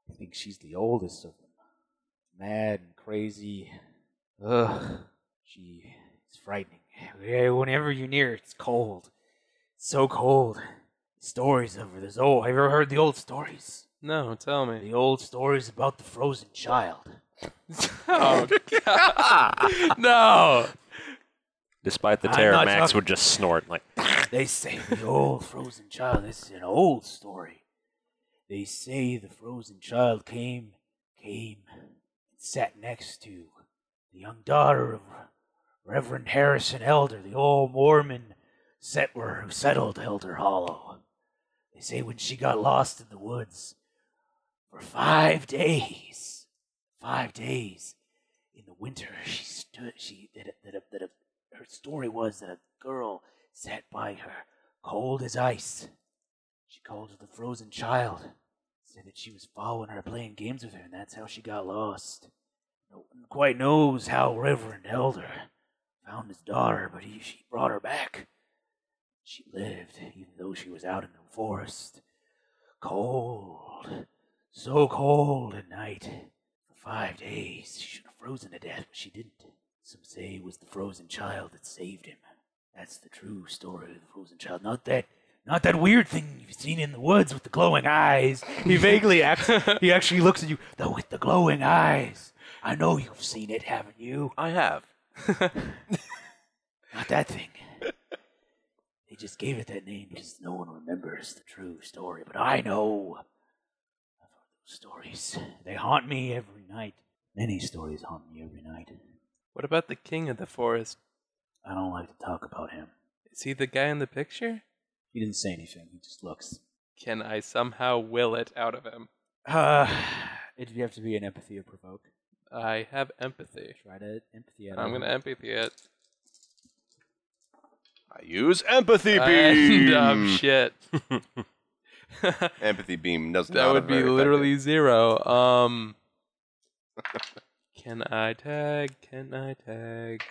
Speaker 4: I think she's the oldest of them. Mad and crazy. Ugh, she it's frightening. Yeah, Whenever you're near, her, it's cold. It's so cold. Stories of her. There's old. Have you ever heard the old stories?
Speaker 3: No, tell me.
Speaker 4: The old stories about the frozen child.
Speaker 3: Oh, God. no.
Speaker 6: Despite the
Speaker 4: I'm
Speaker 6: terror,
Speaker 4: not
Speaker 6: Max
Speaker 4: talking-
Speaker 6: would just snort like.
Speaker 4: They say the old frozen child. This is an old story. They say the frozen child came, came, and sat next to the young daughter of Reverend Harrison Elder, the old Mormon settler who settled Elder Hollow. They say when she got lost in the woods for five days, five days in the winter, she stood. She that a, that a, that a, her story was that a girl sat by her, cold as ice. She called her the frozen child, said that she was following her, playing games with her, and that's how she got lost. No one quite knows how Reverend Elder found his daughter, but he, she brought her back. She lived, even though she was out in the forest. Cold, so cold at night. For five days, she should have frozen to death, but she didn't. Some say it was the frozen child that saved him. That's the true story of the frozen child. Not that, not that weird thing you've seen in the woods with the glowing eyes. He vaguely acts. He actually looks at you. The with the glowing eyes. I know you've seen it, haven't you?
Speaker 1: I have.
Speaker 4: Not that thing. They
Speaker 5: just gave it that name because no one remembers the true story, but I know. I've heard those stories. They haunt me every night. Many stories haunt me every night.
Speaker 3: What about the king of the forest?
Speaker 5: I don't like to talk about him.
Speaker 3: Is he the guy in the picture?
Speaker 5: He didn't say anything. He just looks.
Speaker 3: Can I somehow will it out of him?
Speaker 4: Uh, it'd have to be an empathy or provoke.
Speaker 3: I have empathy.
Speaker 5: Try to empathy it. out.
Speaker 3: I'm gonna empathy it.
Speaker 1: I use empathy beam.
Speaker 3: And, um, shit.
Speaker 1: empathy beam doesn't.
Speaker 3: That would be literally zero. Um, can I tag? Can I tag?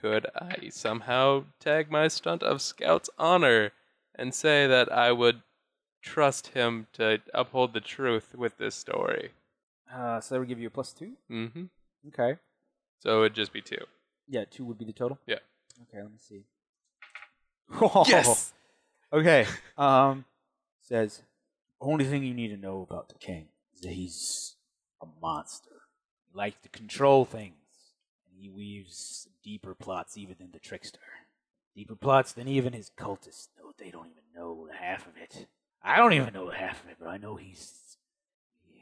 Speaker 3: Could I somehow tag my stunt of Scout's honor and say that I would trust him to uphold the truth with this story?
Speaker 4: Uh, so that would give you a plus two.
Speaker 3: Mm-hmm.
Speaker 4: Okay.
Speaker 3: So it would just be two.
Speaker 4: Yeah, two would be the total.
Speaker 3: Yeah.
Speaker 4: Okay, let me see. Okay. Um, says
Speaker 5: Only thing you need to know about the king is that he's a monster. He likes to control things. And he weaves deeper plots even than the trickster. Deeper plots than even his cultists know. They don't even know the half of it. I don't even know the half of it, but I know he's.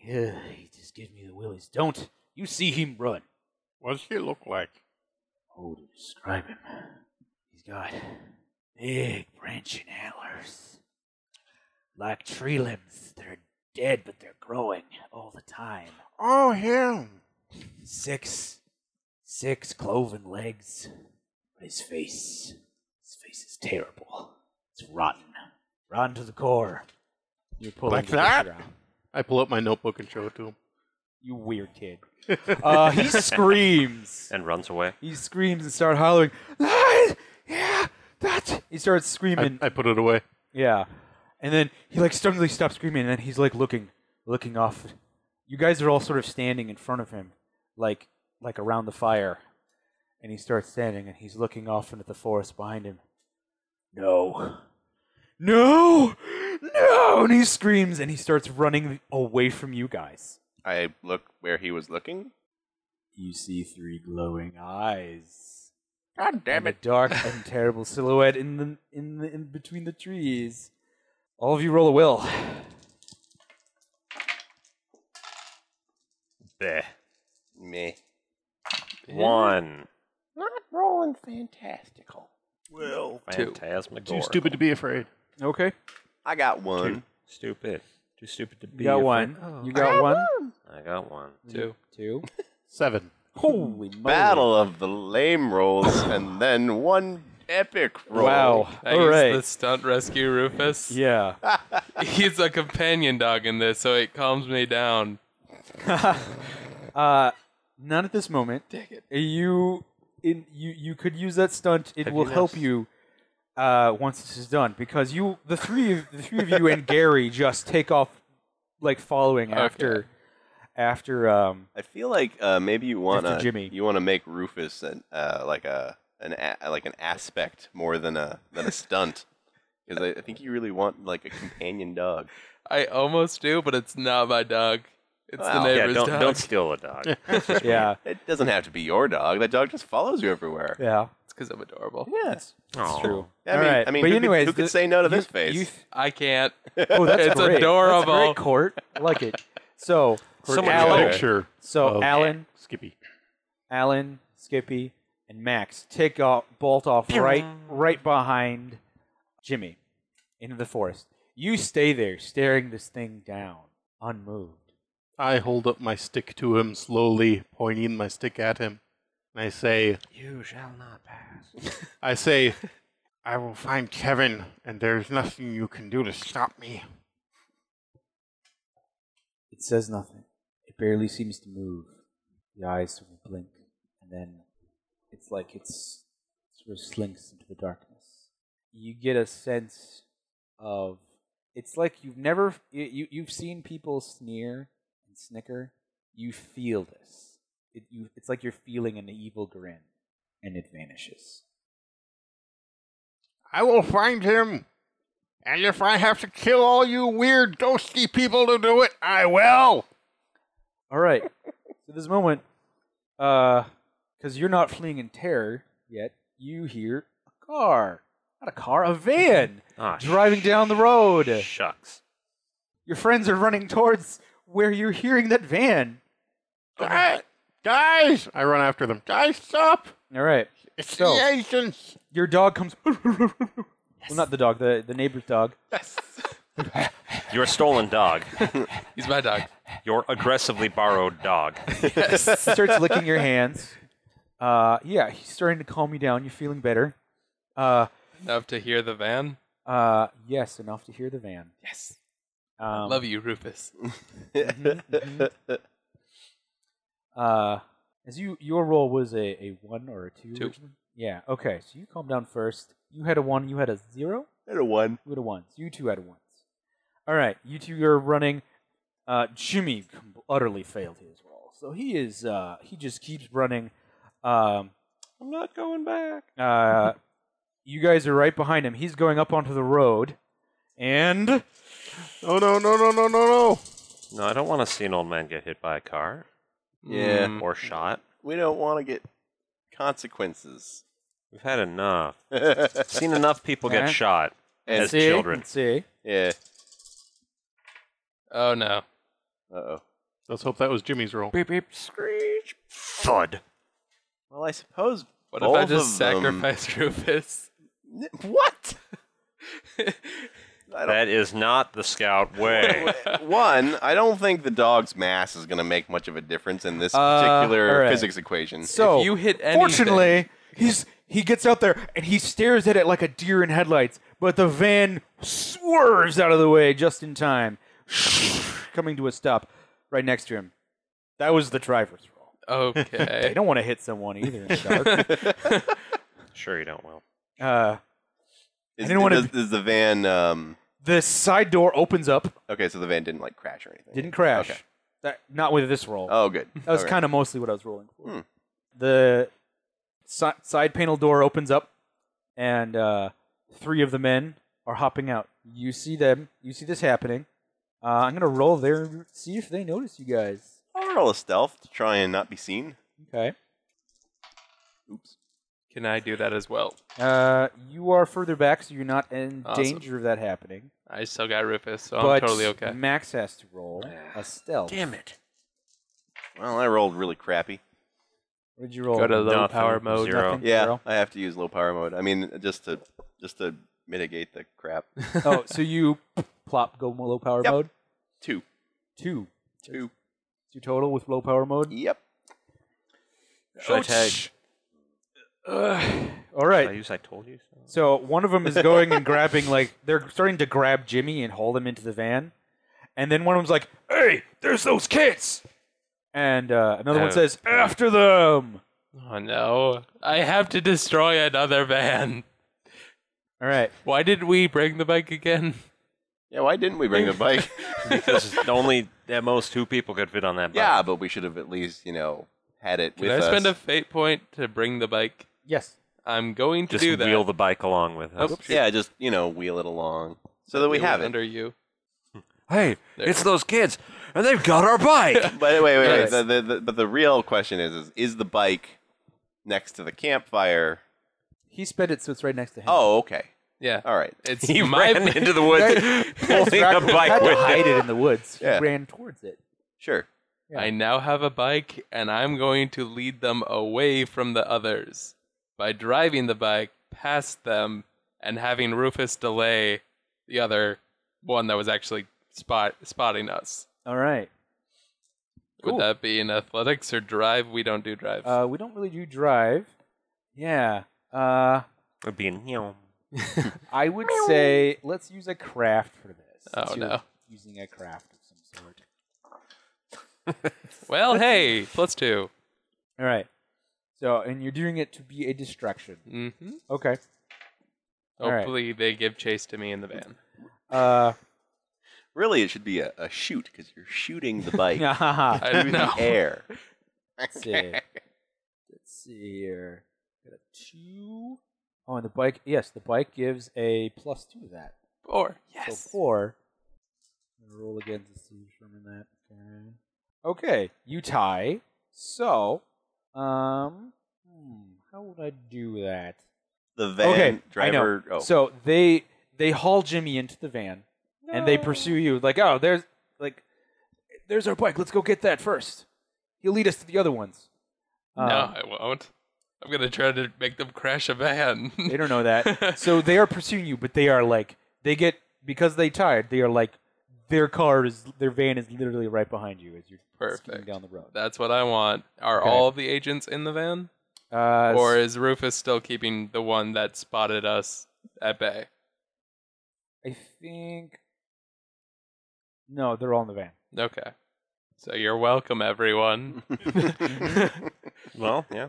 Speaker 5: Yeah, he just gives me the willies. Don't you see him run?
Speaker 2: What does she look like?
Speaker 5: Oh, to describe him. He's got big branching antlers. Like tree limbs. They're dead, but they're growing all the time.
Speaker 2: Oh, him.
Speaker 5: Six, six cloven legs. But his face, his face is terrible. It's rotten. Rotten to the core.
Speaker 4: you're pulling
Speaker 2: Like
Speaker 4: the picture
Speaker 2: that?
Speaker 4: out.
Speaker 2: I pull up my notebook and show it to him.
Speaker 4: You weird kid. Uh, he screams.
Speaker 6: and runs away.
Speaker 4: He screams and starts hollering. "Lies! Yeah, that. He starts screaming.
Speaker 2: I, I put it away.
Speaker 4: Yeah. And then he like suddenly stops screaming and then he's like looking looking off. You guys are all sort of standing in front of him, like like around the fire. And he starts standing and he's looking off into the forest behind him.
Speaker 5: No.
Speaker 4: No! No! And he screams and he starts running away from you guys.
Speaker 1: I look where he was looking.
Speaker 5: You see three glowing eyes.
Speaker 1: God damn
Speaker 4: And a dark and terrible silhouette in the in the in between the trees. All of you roll a will.
Speaker 6: Bleh.
Speaker 1: Me.
Speaker 6: One.
Speaker 1: Not rolling fantastical. Well,
Speaker 3: Two.
Speaker 6: Phantasmagorical.
Speaker 2: Too stupid to be afraid.
Speaker 4: Okay.
Speaker 1: I got one.
Speaker 6: Stupid. Too stupid to be.
Speaker 4: You got
Speaker 6: afraid.
Speaker 4: one.
Speaker 1: oh.
Speaker 4: You got one.
Speaker 6: I got one.
Speaker 3: Oh. Two.
Speaker 4: Two.
Speaker 2: Seven.
Speaker 4: Holy moly.
Speaker 1: Battle of the lame rolls, and then one epic roll.
Speaker 4: Wow.
Speaker 3: I
Speaker 4: All
Speaker 3: used
Speaker 4: right.
Speaker 3: the stunt rescue Rufus.
Speaker 4: Yeah.
Speaker 1: Ah.
Speaker 3: He's a companion dog in this, so it calms me down.
Speaker 4: uh, not at this moment. You, in, you, you could use that stunt. It will help you uh, once this is done because you, the three, of, the three of you and Gary just take off, like following after, after. Um,
Speaker 1: I feel like uh, maybe you want to
Speaker 4: After Jimmy.
Speaker 1: You want to make Rufus an, uh, like a an a, like an aspect more than a than a stunt, because I, I think you really want like a companion dog.
Speaker 3: I almost do, but it's not my dog. It's
Speaker 1: Wow.
Speaker 3: the
Speaker 1: Yeah,
Speaker 6: Yeah,
Speaker 3: neighbor's
Speaker 6: don't
Speaker 3: dog.
Speaker 6: don't steal a dog.
Speaker 4: yeah,
Speaker 1: It doesn't have to be your dog. That dog just follows you everywhere.
Speaker 4: yeah,
Speaker 3: It's because I'm adorable.
Speaker 1: Yes.
Speaker 4: it's
Speaker 6: Aw.
Speaker 4: true.
Speaker 1: I
Speaker 4: All
Speaker 1: mean,
Speaker 4: right.
Speaker 1: I mean
Speaker 4: but
Speaker 1: who,
Speaker 4: anyways,
Speaker 1: could, who
Speaker 4: the-
Speaker 1: could say no to
Speaker 4: you-
Speaker 1: this face?
Speaker 4: you-
Speaker 3: I can't.
Speaker 4: oh, that's
Speaker 3: It's
Speaker 4: great.
Speaker 3: adorable.
Speaker 4: That's a great court. I like it. So,
Speaker 6: Someone
Speaker 4: Alan-
Speaker 6: Owl.
Speaker 2: Picture.
Speaker 4: so
Speaker 2: of
Speaker 4: Alan,
Speaker 2: Skippy.
Speaker 4: Alan, Skippy, and Max take off, bolt off right, right behind Jimmy into the forest. You stay there, staring this thing down, unmoved.
Speaker 2: I hold up my stick to him slowly, pointing my stick at him. And I say,
Speaker 6: You shall not pass.
Speaker 2: I say, I will find Kevin, and there's nothing you can do to stop me.
Speaker 4: It says nothing. It barely seems to move. The eyes sort of blink, and then it's like it's sort of slinks into the darkness. You get a sense of it's like you've never you, you you've seen people sneer and snicker. You feel this. It, you, it's like you're feeling an evil grin, and it vanishes.
Speaker 2: I will find him. And if I have to kill all you weird, ghosty people to do it, I will.
Speaker 4: All right. so this moment, uh, because you're not fleeing in terror yet, you hear a car Not a car, a van
Speaker 6: Ah,
Speaker 4: driving down the road.
Speaker 6: Shucks.
Speaker 4: Your friends are running towards where you're hearing that van.
Speaker 2: Guys, guys, I run after them. Guys, stop!
Speaker 4: All right.
Speaker 2: It's
Speaker 4: So-
Speaker 2: the agents.
Speaker 4: Your dog comes. Well, not the dog, the, the neighbor's dog.
Speaker 6: Your stolen dog.
Speaker 3: He's my dog.
Speaker 6: Your aggressively borrowed dog.
Speaker 4: starts licking your hands. Uh, yeah, he's starting to calm you down. You're feeling better. Uh,
Speaker 3: Enough to hear the van.
Speaker 4: uh, yes, enough to hear the van.
Speaker 3: Yes.
Speaker 4: Um,
Speaker 3: Love you, Rufus.
Speaker 4: Uh, as you your roll was a, a one or a two.
Speaker 3: Two.
Speaker 4: originally? Yeah. Okay. So you calm down first. You had a one. You had a zero.
Speaker 1: Had a one.
Speaker 4: You had a one. So you two had a ones. All right. You two are running. Uh, Jimmy com- utterly failed his roll, so he is uh, he just keeps running. Um,
Speaker 6: I'm not going back.
Speaker 4: uh, you guys are right behind him. He's going up onto the road, and
Speaker 2: No, no, no, no, no, no, no.
Speaker 6: No, I don't want to see an old man get hit by a car
Speaker 1: Yeah.
Speaker 3: Mm,
Speaker 6: or shot.
Speaker 1: We don't want to get consequences.
Speaker 6: We've had enough.
Speaker 1: and
Speaker 6: Seen enough people get
Speaker 4: Okay.
Speaker 6: shot. As
Speaker 4: see,
Speaker 6: children.
Speaker 4: let's see.
Speaker 1: yeah.
Speaker 3: oh no.
Speaker 1: Uh oh.
Speaker 2: Let's hope that was Jimmy's roll.
Speaker 6: Beep beep screech. Thud.
Speaker 1: Well, I suppose.
Speaker 3: What
Speaker 1: both
Speaker 3: if I just
Speaker 1: of them-
Speaker 3: sacrifice Rufus?
Speaker 1: What? I don't
Speaker 6: That is not the scout way.
Speaker 1: One, I don't think the dog's mass is going to make much of a difference in this
Speaker 4: Uh, all
Speaker 1: particular
Speaker 4: right.
Speaker 1: physics equation.
Speaker 4: So
Speaker 3: if you hit anything,
Speaker 4: Fortunately, he's he gets out there and he stares at it like a deer in headlights, but the van swerves out of the way just in time, coming to a stop right next to him. That was the driver's roll. They
Speaker 3: Okay.
Speaker 4: don't want to hit someone either in the dark.
Speaker 6: sure you don't, Will.
Speaker 4: uh,
Speaker 1: Is,
Speaker 4: didn't wanna
Speaker 1: does, does the van? Um,
Speaker 4: the side door opens up,
Speaker 1: okay, so the van didn't like crash or anything.
Speaker 4: didn't crash.
Speaker 1: Okay.
Speaker 4: That, not with this roll.
Speaker 1: Oh, good.
Speaker 4: That was
Speaker 1: All right.
Speaker 4: kind of mostly what I was rolling for.
Speaker 1: Hmm.
Speaker 4: The si- side panel door opens up, and uh, three of the men are hopping out. You see them. You see this happening. Uh, I'm gonna roll there. See if they notice you guys.
Speaker 1: I'll roll a stealth to try and not be seen.
Speaker 4: Okay.
Speaker 1: Oops.
Speaker 3: Can I do that as well?
Speaker 4: Uh, you are further back, so you're not in
Speaker 3: Awesome.
Speaker 4: danger of that happening.
Speaker 3: I still got Rufus, so
Speaker 4: but
Speaker 3: I'm totally okay.
Speaker 4: Max has to roll a stealth.
Speaker 6: Damn it.
Speaker 1: Well, I rolled really crappy.
Speaker 4: What did you
Speaker 1: Oh,
Speaker 4: roll?
Speaker 3: Go to low
Speaker 6: Nothing.
Speaker 3: power mode.
Speaker 6: Zero.
Speaker 4: Nothing?
Speaker 1: Yeah,
Speaker 4: Zero?
Speaker 1: I have to use low power mode. I mean, just to just to mitigate the crap.
Speaker 4: oh, so you plop go low power
Speaker 1: Yep.
Speaker 4: mode.
Speaker 1: Two,
Speaker 4: Two.
Speaker 1: two.
Speaker 4: Two total with low power mode.
Speaker 1: Yep.
Speaker 6: Should
Speaker 3: Oh,
Speaker 6: I tag?
Speaker 4: All
Speaker 6: Should I
Speaker 4: right.
Speaker 6: use I told you so?
Speaker 4: So one of them is going and grabbing like they're starting to grab Jimmy and haul him into the van, and then one of them's like, "Hey, there's those kids," and uh, another one
Speaker 6: Oh.
Speaker 4: says, "After them."
Speaker 3: Oh no. I have to destroy another van.
Speaker 4: All right.
Speaker 3: Why did we bring the bike again?
Speaker 1: Yeah. Why didn't we bring the bike?
Speaker 6: Because only at most two people could fit on that bike.
Speaker 1: yeah, but we should have at least you know had it
Speaker 3: Can
Speaker 1: with
Speaker 3: I
Speaker 1: us.
Speaker 3: spend a fate point to bring the bike?
Speaker 4: Yes.
Speaker 3: I'm going to
Speaker 6: Just
Speaker 3: do that. Oh,
Speaker 6: wheel the bike along with us.
Speaker 3: Nope.
Speaker 1: yeah, just you know wheel it along so that we
Speaker 3: Wheel
Speaker 1: have it.
Speaker 3: under you.
Speaker 6: Hey,
Speaker 3: There.
Speaker 6: it's those kids, and they've got our bike.
Speaker 1: But wait, wait, wait.
Speaker 3: Yes.
Speaker 1: The, the, the, but the real question is, is: is the bike next to the campfire?
Speaker 4: He sped it so it's right next to him.
Speaker 1: Oh, okay.
Speaker 3: Yeah.
Speaker 1: All right.
Speaker 3: It's
Speaker 6: he
Speaker 3: my
Speaker 6: ran into the woods, pulling a bike
Speaker 4: had to
Speaker 6: with him.
Speaker 4: hide it in the woods.
Speaker 1: Yeah.
Speaker 4: He ran towards it.
Speaker 1: Sure.
Speaker 4: Yeah.
Speaker 3: I now have a bike, and I'm going to lead them away from the others by driving the bike past them and having Rufus delay the other one that was actually spot spotting us.
Speaker 4: All right. Cool.
Speaker 3: Would that be in athletics or drive? We don't do drive.
Speaker 4: Uh, we don't really do drive. Yeah. Uh,
Speaker 6: It'd be a meow.
Speaker 4: I would say let's use a craft for this.
Speaker 3: Oh,
Speaker 4: since you're
Speaker 3: no.
Speaker 4: Using a craft of some sort.
Speaker 3: well, hey, plus two.
Speaker 4: All right. So, and you're doing it to be a distraction.
Speaker 3: Mm-hmm.
Speaker 4: Okay. All right.
Speaker 3: Hopefully, they give chase to me in the van.
Speaker 4: Uh,
Speaker 1: Really, it should be a, a shoot because you're shooting the bike
Speaker 4: let's
Speaker 3: I
Speaker 1: through
Speaker 3: don't know.
Speaker 1: the air.
Speaker 4: see. Let's see here. Got a two. Oh, and the bike. Yes, the bike gives a plus two to that.
Speaker 3: Four.
Speaker 4: So four. I'm gonna roll again to see if I'm in that. Okay. Okay. You tie. So, um, hmm, how would I do that?
Speaker 1: the van
Speaker 4: okay, I know.
Speaker 1: driver. Oh,
Speaker 4: So they they haul Jimmy into the van and they pursue you like, oh, there's like, there's our bike. Let's go get that first. He'll lead us to the other ones. Uh, Um,
Speaker 3: No, I won't. I'm gonna try to make them crash a van.
Speaker 4: they don't know that. so they are pursuing you, but they are like they get because they tired. They are like their car is their van is literally right behind you as you're skiing
Speaker 3: Perfect.
Speaker 4: down the road.
Speaker 3: That's what I want. Are
Speaker 4: Okay.
Speaker 3: all of the agents in the van,
Speaker 4: Uh,
Speaker 3: or is Rufus still keeping the one that spotted us at bay?
Speaker 4: I think no, they're all in the van.
Speaker 3: Okay. So you're welcome, everyone.
Speaker 6: Well, yeah.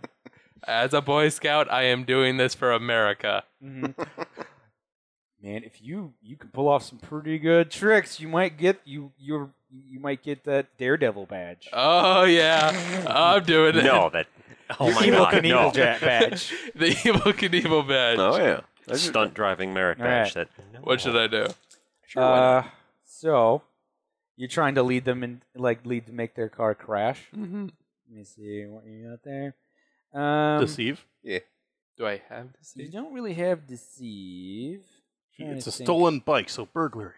Speaker 3: As a Boy Scout, I am doing this for America.
Speaker 4: Mm-hmm. Man, if you you can pull off some pretty good tricks, you might get you you you might get that daredevil badge.
Speaker 3: Oh yeah, I'm doing it.
Speaker 6: No, that. Oh
Speaker 4: Your
Speaker 6: my
Speaker 4: evil
Speaker 6: god, no.
Speaker 4: Knievel ja- badge.
Speaker 3: the evil Knievel badge.
Speaker 1: oh yeah. That's-
Speaker 6: Stunt driving merit
Speaker 4: All right.
Speaker 6: badge. That.
Speaker 3: What should I do?
Speaker 4: uh, so you're trying to lead them and like lead to make their car crash.
Speaker 3: Mm-hmm.
Speaker 4: Let me see what you got there. Um,
Speaker 2: Deceive.
Speaker 3: Do I have to
Speaker 4: You
Speaker 3: see?
Speaker 4: don't really have deceive. Trying
Speaker 2: It's
Speaker 4: to
Speaker 2: a
Speaker 4: think.
Speaker 2: stolen bike, so burglary.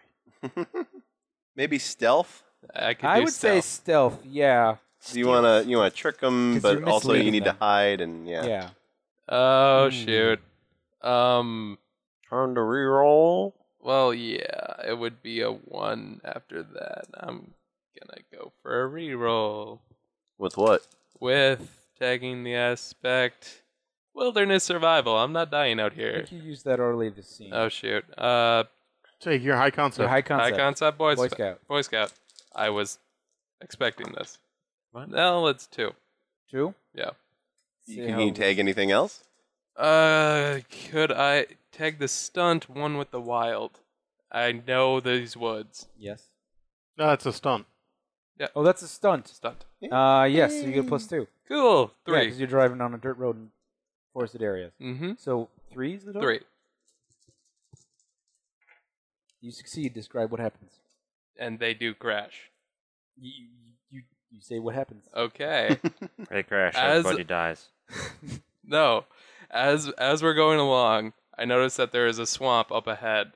Speaker 4: Uh,
Speaker 1: Maybe stealth.
Speaker 3: I, could
Speaker 4: I
Speaker 3: do
Speaker 4: would say
Speaker 3: stealth.
Speaker 4: stealth. Yeah,
Speaker 1: You wanna you wanna trick them,
Speaker 4: 'Cause
Speaker 1: but
Speaker 4: you're
Speaker 1: also you
Speaker 4: misleading
Speaker 1: need
Speaker 4: them.
Speaker 1: to hide and yeah.
Speaker 4: yeah.
Speaker 3: Oh
Speaker 2: Hmm.
Speaker 3: shoot. Um.
Speaker 1: Turn to reroll.
Speaker 3: Well, yeah, it would be a one after that. I'm gonna go for a reroll
Speaker 1: With what?
Speaker 3: with tagging the aspect wilderness survival. I'm not dying out
Speaker 4: I
Speaker 3: here.
Speaker 4: think you used that early this scene.
Speaker 3: Oh shoot. Uh,
Speaker 2: Take your high
Speaker 4: so
Speaker 2: concept.
Speaker 4: high concept.
Speaker 3: high concept boys.
Speaker 4: Boy Scout.
Speaker 3: Boy Scout. I was expecting this.
Speaker 6: What?
Speaker 3: Well, it's two.
Speaker 4: Two.
Speaker 3: Yeah.
Speaker 1: You,
Speaker 4: See
Speaker 1: can
Speaker 4: how-
Speaker 1: you tag anything else?
Speaker 3: Uh, could I tag the stunt one with the wild? I know these woods.
Speaker 4: Yes.
Speaker 2: no, it's a stunt.
Speaker 4: Oh, that's a stunt.
Speaker 3: Stunt.
Speaker 4: Uh, yes. So you get a plus two.
Speaker 3: Cool.
Speaker 4: Yeah,
Speaker 3: Three.
Speaker 4: because you're driving on a dirt road in forested areas.
Speaker 3: mm-hmm.
Speaker 4: So three is the door.
Speaker 3: Three.
Speaker 4: You succeed. Describe what happens.
Speaker 3: And they do crash.
Speaker 4: You you, you, you say what happens.
Speaker 3: Okay.
Speaker 6: They crash.
Speaker 3: As-
Speaker 6: Everybody dies.
Speaker 3: no. As as we're going along, I notice that there is a swamp up ahead.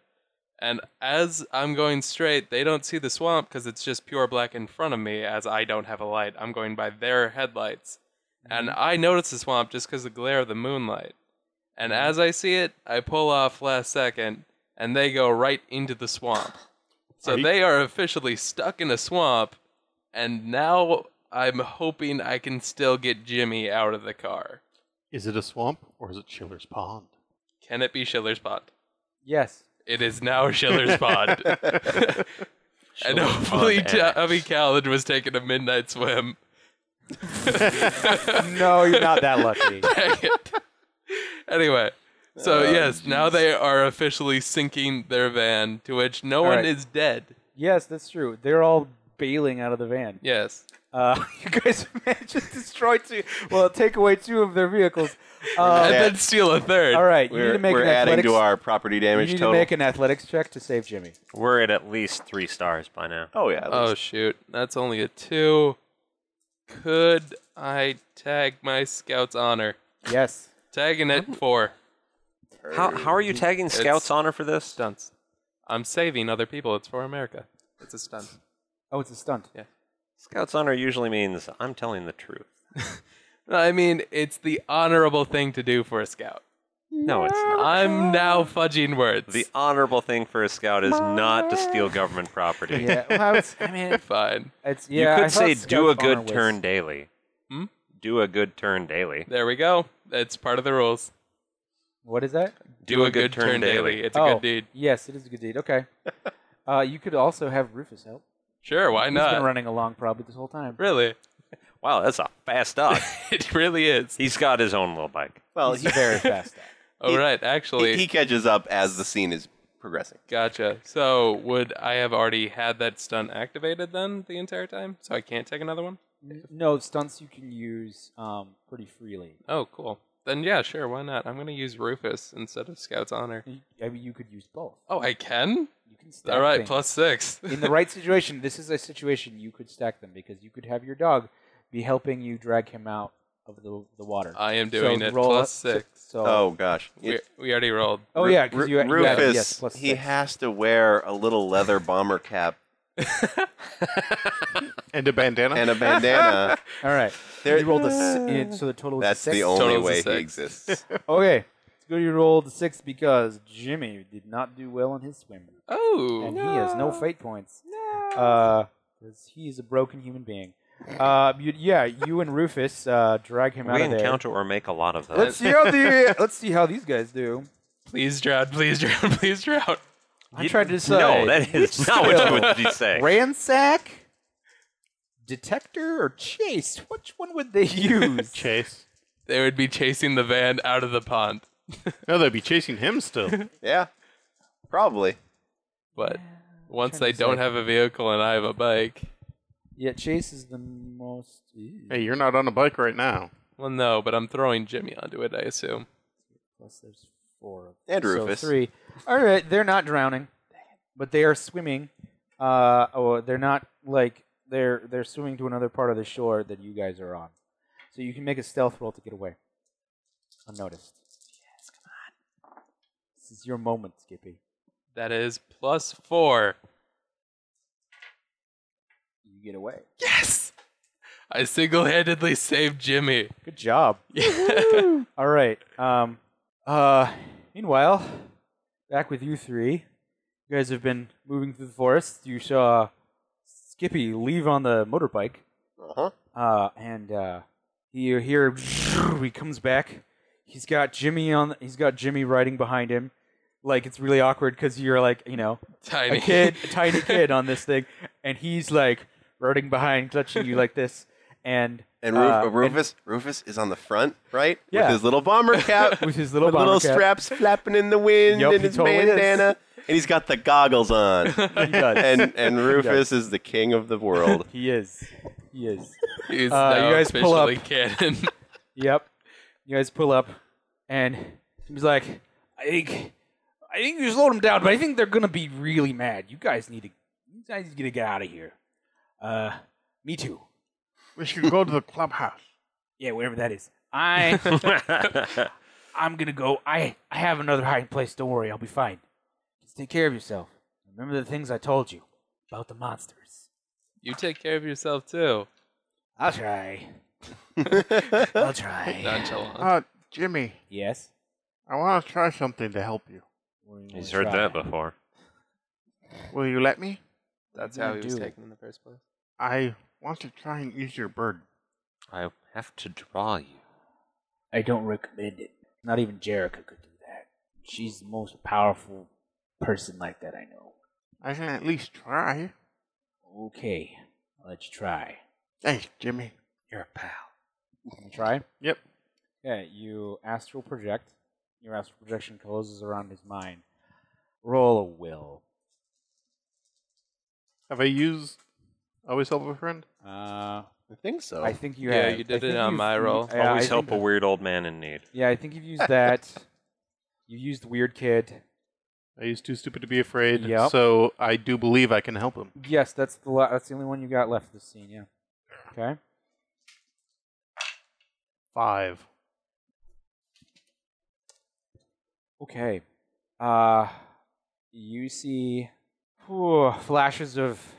Speaker 3: And as I'm going straight, they don't see the swamp because it's just pure black in front of me as I don't have a light. I'm going by their headlights. And
Speaker 2: Mm-hmm.
Speaker 3: I notice the swamp just because the glare of the moonlight. And
Speaker 2: Mm-hmm.
Speaker 3: as I see it, I pull off last second and they go right into the swamp. So
Speaker 2: Are you-
Speaker 3: they are officially stuck in a swamp. And now I'm hoping I can still get Jimmy out of the car.
Speaker 2: Is it a swamp or is it Schiller's Pond?
Speaker 3: Can it be Schiller's Pond?
Speaker 4: Yes.
Speaker 3: It is now Schiller's Pond. and
Speaker 6: Schiller's
Speaker 3: hopefully
Speaker 6: Pond Annex.
Speaker 3: Tommy Callan was taking a midnight swim.
Speaker 4: No, you're not that lucky.
Speaker 3: Dang it. Anyway,
Speaker 4: Oh,
Speaker 3: so yes, now they are officially sinking their van, to which no one
Speaker 4: right.
Speaker 3: is dead.
Speaker 4: yes, that's true. They're all bailing out of the van.
Speaker 3: Yes.
Speaker 4: Uh, you guys managed to destroy two. Well, take away two of their vehicles.
Speaker 3: and
Speaker 4: Uh,
Speaker 1: Yeah.
Speaker 3: then steal a third.
Speaker 4: all right, you
Speaker 1: We're,
Speaker 4: need to make
Speaker 1: we're
Speaker 4: an
Speaker 1: adding
Speaker 4: athletics.
Speaker 1: to our property
Speaker 4: you
Speaker 1: damage
Speaker 4: need
Speaker 1: total.
Speaker 4: to make an athletics check to save Jimmy.
Speaker 6: We're at at least three stars by now.
Speaker 1: oh yeah. at
Speaker 3: Oh
Speaker 1: least.
Speaker 3: shoot, that's only a two. Could I tag my scout's honor?
Speaker 4: Yes.
Speaker 3: Tagging
Speaker 4: Oh.
Speaker 3: it for
Speaker 6: How, how are you
Speaker 4: Mm-hmm.
Speaker 6: tagging Scouts Honor for this?
Speaker 3: stunts. I'm saving other people. It's for America. It's a stunt.
Speaker 4: Oh, it's a stunt.
Speaker 6: Scouts Honor usually means I'm telling the truth.
Speaker 3: I mean, it's the honorable thing to do for a scout.
Speaker 6: No, it's not.
Speaker 3: I'm now fudging words.
Speaker 6: The honorable thing for a scout is not to steal government property.
Speaker 4: Yeah. Well, it's, I mean,
Speaker 3: Fine.
Speaker 4: it's
Speaker 6: You
Speaker 4: yeah. I
Speaker 6: could
Speaker 4: thought
Speaker 6: say do
Speaker 4: Scout's
Speaker 6: a good
Speaker 4: honor was-
Speaker 6: turn daily.
Speaker 3: Hmm?
Speaker 6: Do a good turn daily.
Speaker 3: There we go. It's part of the rules.
Speaker 4: What is that?
Speaker 6: Do, a, good, turn, daily.
Speaker 3: It's a
Speaker 4: oh,
Speaker 3: good deed.
Speaker 4: Yes, it is a good deed. Okay. uh, you could also have Rufus help.
Speaker 3: Sure, why
Speaker 4: He's been
Speaker 3: not?
Speaker 4: running along probably this whole time.
Speaker 3: Really?
Speaker 6: Wow, that's a fast dog.
Speaker 3: It really is.
Speaker 6: He's got his own little bike.
Speaker 1: Well,
Speaker 4: He's very fast.
Speaker 3: All right, actually.
Speaker 1: he, he catches up as the scene is progressing.
Speaker 3: Gotcha. So would I have already had that stunt activated then the entire time? So I can't take another one?
Speaker 4: N- No stunts you can use um, pretty freely.
Speaker 3: Oh, cool. Then yeah, sure, why not? I'm gonna use Rufus instead of Scout's Honor.
Speaker 4: You- I mean, you could use both.
Speaker 3: Oh, I can?
Speaker 4: You can stack.
Speaker 3: All right,
Speaker 4: things.
Speaker 3: plus six.
Speaker 4: in the right situation, this is a situation you could stack them because you could have your dog be helping you drag him out of the, the water.
Speaker 3: I am doing
Speaker 4: so
Speaker 3: it
Speaker 4: roll
Speaker 3: plus
Speaker 4: up-
Speaker 3: six.
Speaker 4: So,
Speaker 1: Oh gosh.
Speaker 3: We, we already rolled.
Speaker 4: oh
Speaker 1: Ru-
Speaker 4: yeah, because
Speaker 1: Ru-
Speaker 4: you, you
Speaker 1: Rufus,
Speaker 4: added, yes, plus
Speaker 1: he
Speaker 4: six.
Speaker 1: has to wear a little leather bomber cap
Speaker 2: And a bandana.
Speaker 1: and a bandana.
Speaker 4: All right,
Speaker 1: There-
Speaker 4: you rolled a s- and so the total was a
Speaker 1: That's
Speaker 4: six.
Speaker 1: the only
Speaker 3: Total's a
Speaker 1: way he
Speaker 3: six.
Speaker 1: exists.
Speaker 4: Okay, it's good you rolled a six because Jimmy did not do well in his swim,
Speaker 3: Oh,
Speaker 4: and he has no fate points. Uh, because he is a broken human being. Uh, you, yeah, you and Rufus uh, drag him out
Speaker 6: we
Speaker 4: of there.
Speaker 6: encounter or make a lot of those.
Speaker 4: Let's see how the let's see how these guys do.
Speaker 3: Please drown! Please drown! Please drown!
Speaker 4: I tried to decide.
Speaker 6: no, that is not what you would be saying.
Speaker 4: ransack, detector, or chase. Which one would they use?
Speaker 2: Chase.
Speaker 3: They would be chasing the van out of the pond,
Speaker 2: No, they'd be chasing him still.
Speaker 1: yeah. Probably.
Speaker 3: but once
Speaker 4: trying
Speaker 3: they
Speaker 4: to
Speaker 3: don't
Speaker 4: decide.
Speaker 3: have a vehicle and I have a bike,
Speaker 4: yeah, chase is the most. ew,
Speaker 2: hey, you're not on a bike right now.
Speaker 3: well, no, but I'm throwing Jimmy onto it. I assume.
Speaker 4: Plus, there's four. of-
Speaker 1: And
Speaker 4: so
Speaker 1: Rufus.
Speaker 4: three. All right, they're not drowning, but they are swimming. Uh, or they're not like they're they're swimming to another part of the shore that you guys are on. So you can make a stealth roll to get away, unnoticed. Yes, come on. This is your moment, Skippy.
Speaker 3: That is plus four.
Speaker 4: You get away.
Speaker 3: Yes, I single-handedly saved Jimmy.
Speaker 4: Good job. All right. Um, uh, meanwhile, back with you three. You guys have been moving through the forest. You saw Skippy leave on the motorbike,
Speaker 1: Uh-huh.
Speaker 4: uh, and uh, you hear he comes back. He's got Jimmy on. He's got Jimmy riding behind him. Like it's really awkward because you're like you know
Speaker 3: Tiny
Speaker 4: a kid, a tiny kid on this thing, and he's like riding behind, clutching you like this, and
Speaker 1: And Ruf-
Speaker 4: uh,
Speaker 1: Rufus Rufus is on the front, right?
Speaker 4: Yeah.
Speaker 1: With his little bomber cap.
Speaker 4: with his little
Speaker 1: with little
Speaker 4: bomber cap.
Speaker 1: straps flapping in the wind
Speaker 4: Yup,
Speaker 1: and
Speaker 4: he
Speaker 1: his
Speaker 4: totally is.
Speaker 1: bandana. And he's got the goggles on.
Speaker 4: He does.
Speaker 1: and and Rufus is the king of the world.
Speaker 4: He is. He is.
Speaker 3: is
Speaker 4: Uh, you
Speaker 3: now
Speaker 4: guys pull up.
Speaker 3: officially canon.
Speaker 4: Yep. You guys pull up, and he's like, "I think, I think you slowed them down, but I think they're gonna be really mad. You guys need to, you guys need to get out of here. Uh, me too.
Speaker 2: We should go to the clubhouse.
Speaker 5: Yeah, whatever that is. I I'm gonna go. I I have another hiding place. Don't worry, I'll be fine. Just take care of yourself. Remember the things I told you about the monsters.
Speaker 3: you take care of yourself too.
Speaker 5: I'll try. I'll try.
Speaker 3: Nonchalant.
Speaker 2: Uh, Jimmy,
Speaker 4: Yes.
Speaker 2: I want to try something to help you.
Speaker 6: He's heard that before.
Speaker 2: Will you let me?
Speaker 3: That's
Speaker 4: What do
Speaker 3: how
Speaker 4: you
Speaker 3: he was
Speaker 4: do?
Speaker 3: taken in the first place.
Speaker 2: I want to try and ease your burden.
Speaker 6: I have to draw you.
Speaker 5: I don't recommend it. Not even Jerica could do that. She's the most powerful person like that I know.
Speaker 2: I can at least try.
Speaker 5: Okay, I'll let you try.
Speaker 2: Thanks, Jimmy.
Speaker 5: You're a pal.
Speaker 4: Can you try?
Speaker 2: Yep.
Speaker 4: Yeah. You astral project. Your astral projection closes around his mind. Roll a will.
Speaker 2: Have I used Always Help a Friend?
Speaker 4: Uh,
Speaker 1: I think so.
Speaker 4: I think you.
Speaker 3: Yeah,
Speaker 4: have.
Speaker 3: you
Speaker 4: I
Speaker 3: did
Speaker 4: think
Speaker 3: it on
Speaker 4: you've-
Speaker 3: my
Speaker 4: you-
Speaker 3: roll.
Speaker 4: yeah, I
Speaker 6: Always
Speaker 4: think-
Speaker 6: help a weird old man in need.
Speaker 4: Yeah, I think you've used that. you used weird kid.
Speaker 2: I used Too Stupid to Be Afraid,
Speaker 4: Yep.
Speaker 2: so I do believe I can help him.
Speaker 4: Yes, that's the la- that's the only one you got left this scene. Yeah. Okay.
Speaker 2: Five.
Speaker 4: Okay. Uh, you see whew, flashes of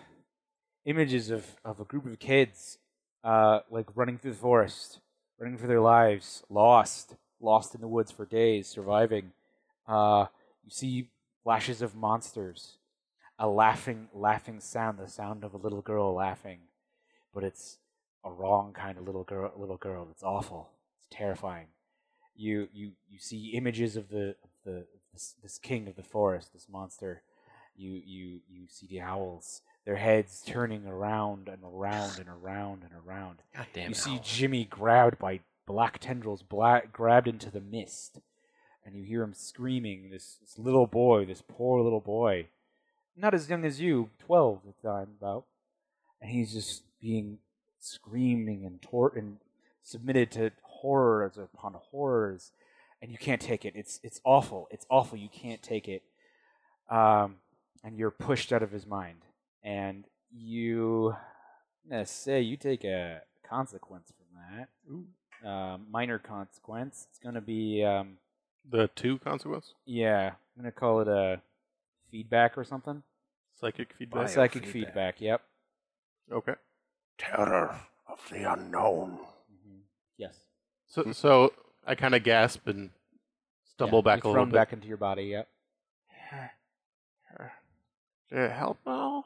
Speaker 4: images of, of a group of kids, uh, like running through the forest, running for their lives, lost, lost in the woods for days, surviving. Uh, you see flashes of monsters, a laughing, laughing sound, the sound of a little girl laughing, but it's a wrong kind of little girl. Little girl. It's awful. It's terrifying you you you see images of the of the this, this king of the forest, this monster. You you you see the owls, their heads turning around and around and around and around.
Speaker 6: God damn
Speaker 4: you see Jimmy grabbed by black tendrils, black, grabbed into the mist, and you hear him screaming. This, this little boy, this poor little boy, not as young as you, twelve at the time, about, and he's just being screaming and tor- and submitted to horrors upon horrors, and you can't take it. It's it's awful. It's awful. You can't take it, um, and you're pushed out of his mind, and you. I'm gonna say you take a consequence from that. uh, minor consequence. It's going to be, um,
Speaker 2: The two consequence?
Speaker 4: yeah, I'm going to call it a feedback or something.
Speaker 2: Psychic feedback?
Speaker 4: Psychic feedback, yep.
Speaker 2: Okay.
Speaker 1: Terror of the unknown.
Speaker 4: hmm Yes.
Speaker 2: So, so I kind of gasp and stumble
Speaker 4: Hmm. Yeah,
Speaker 2: back a
Speaker 4: you're
Speaker 2: little
Speaker 4: thrown
Speaker 2: bit.
Speaker 4: back into your body, yep.
Speaker 2: Uh, help now?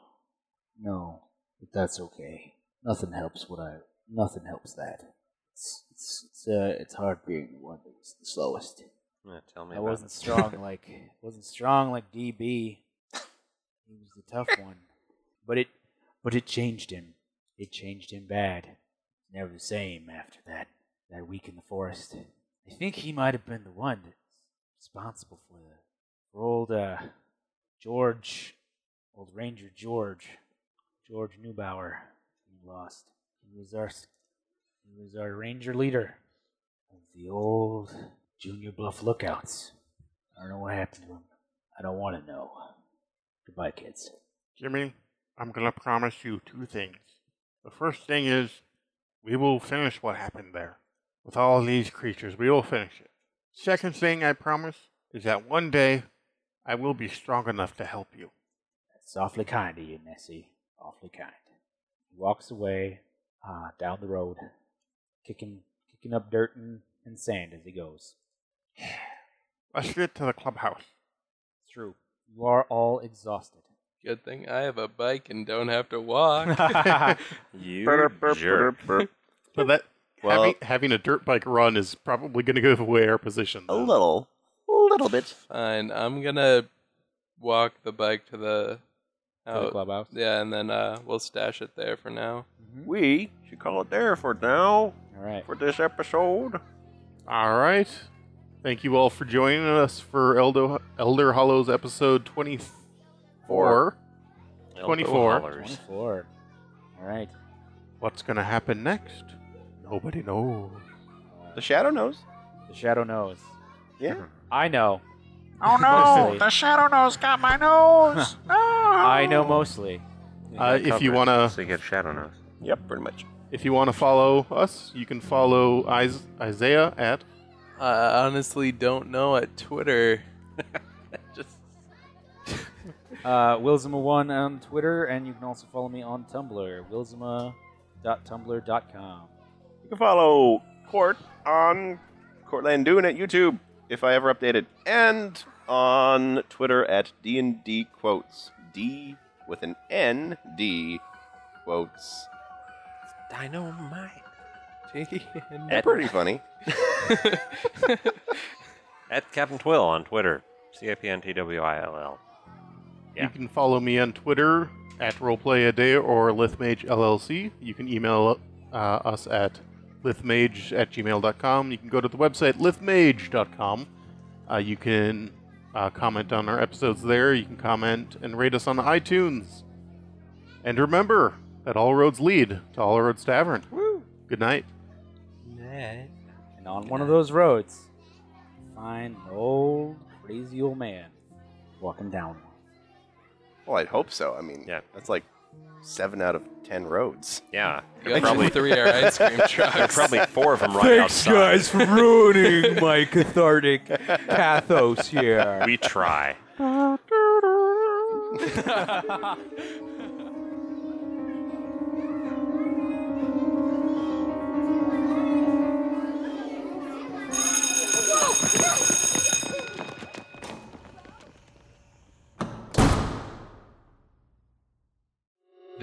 Speaker 5: No, but that's okay. Nothing helps what I. Nothing helps that. It's it's it's, uh, it's hard being the one that was the slowest.
Speaker 6: Yeah, tell me
Speaker 5: I
Speaker 6: about
Speaker 5: wasn't
Speaker 6: it.
Speaker 5: strong like wasn't strong like DB. He was the tough one, but it but it changed him. It changed him bad. Never the same after that that week in the forest. I think he might have been the one that's responsible for the for old uh, George, old Ranger George, George Neubauer. We lost. He was our s- he was our ranger leader of the old Junior Bluff Lookouts. I don't know what happened to him. I don't want to know. Goodbye, kids.
Speaker 2: Jimmy, I'm going to promise you two things. The first thing is we will finish what happened there with all these creatures. We will finish it. Second thing I promise is that one day I will be strong enough to help you.
Speaker 5: That's awfully kind of you, Nessie. Awfully kind. He walks away uh, down the road, kicking kicking up dirt and, and sand as he goes.
Speaker 2: Let's get to the clubhouse.
Speaker 4: It's true. You are all exhausted.
Speaker 3: Good thing I have a bike and don't have to walk.
Speaker 6: You jerk.
Speaker 2: But that
Speaker 1: Well-
Speaker 2: having, having a dirt bike run is probably going to give away our position.
Speaker 1: A
Speaker 2: though.
Speaker 1: little. A little bit.
Speaker 3: Fine, I'm gonna walk the bike to the
Speaker 4: To the
Speaker 3: out-
Speaker 4: clubhouse.
Speaker 3: Oh, Yeah, and then uh, we'll stash it there for now.
Speaker 4: Mhm.
Speaker 1: We should call it there for now,
Speaker 4: All right.
Speaker 1: for this episode.
Speaker 2: All right. Thank you all for joining us for Eldo, Elder Hollows episode 24.
Speaker 6: Elbow
Speaker 2: 24.
Speaker 6: hollers.
Speaker 4: 24. All right.
Speaker 2: What's going to happen next? Nobody knows.
Speaker 1: The Shadow knows.
Speaker 4: The shadow knows.
Speaker 1: Yeah.
Speaker 4: I know.
Speaker 7: Oh no!
Speaker 4: Mostly.
Speaker 7: The shadow nose got my nose! No!
Speaker 4: I know mostly.
Speaker 2: Uh, if you want to
Speaker 6: So you get shadow nose.
Speaker 1: Yep, pretty much.
Speaker 2: if you want to follow us, you can follow Is- Isaiah at
Speaker 3: I honestly don't know at Twitter. Just
Speaker 4: Uh, Wilzima1 on Twitter, and you can also follow me on Tumblr, wilzima.tumblr.com.
Speaker 1: You can follow Court on Courtlandoon at YouTube if I ever update it, and on Twitter at D and D quotes D with an N D quotes.
Speaker 6: Dynamite.
Speaker 1: They're pretty funny.
Speaker 6: At Captain Twill on Twitter. C A P N T W I L L. Yeah.
Speaker 2: You can follow me on Twitter at RoleplayAday or Lithmage LLC. You can email uh, us at lithmage at gmail.com. You can go to the website lithmage.com. Uh, you can uh, comment on our episodes there. You can comment and rate us on iTunes. And remember that all roads lead to All Roads Tavern. Good night.
Speaker 4: And on one of those roads, you find an old, crazy old man walking down one.
Speaker 1: Well, I'd hope so. I mean,
Speaker 6: Yeah.
Speaker 1: that's like seven out of ten roads.
Speaker 6: Yeah.
Speaker 3: you
Speaker 6: Probably-
Speaker 3: probably three are ice cream
Speaker 6: There are
Speaker 3: trucks.
Speaker 6: probably four of them right outside.
Speaker 4: for ruining my cathartic pathos here.
Speaker 6: We try.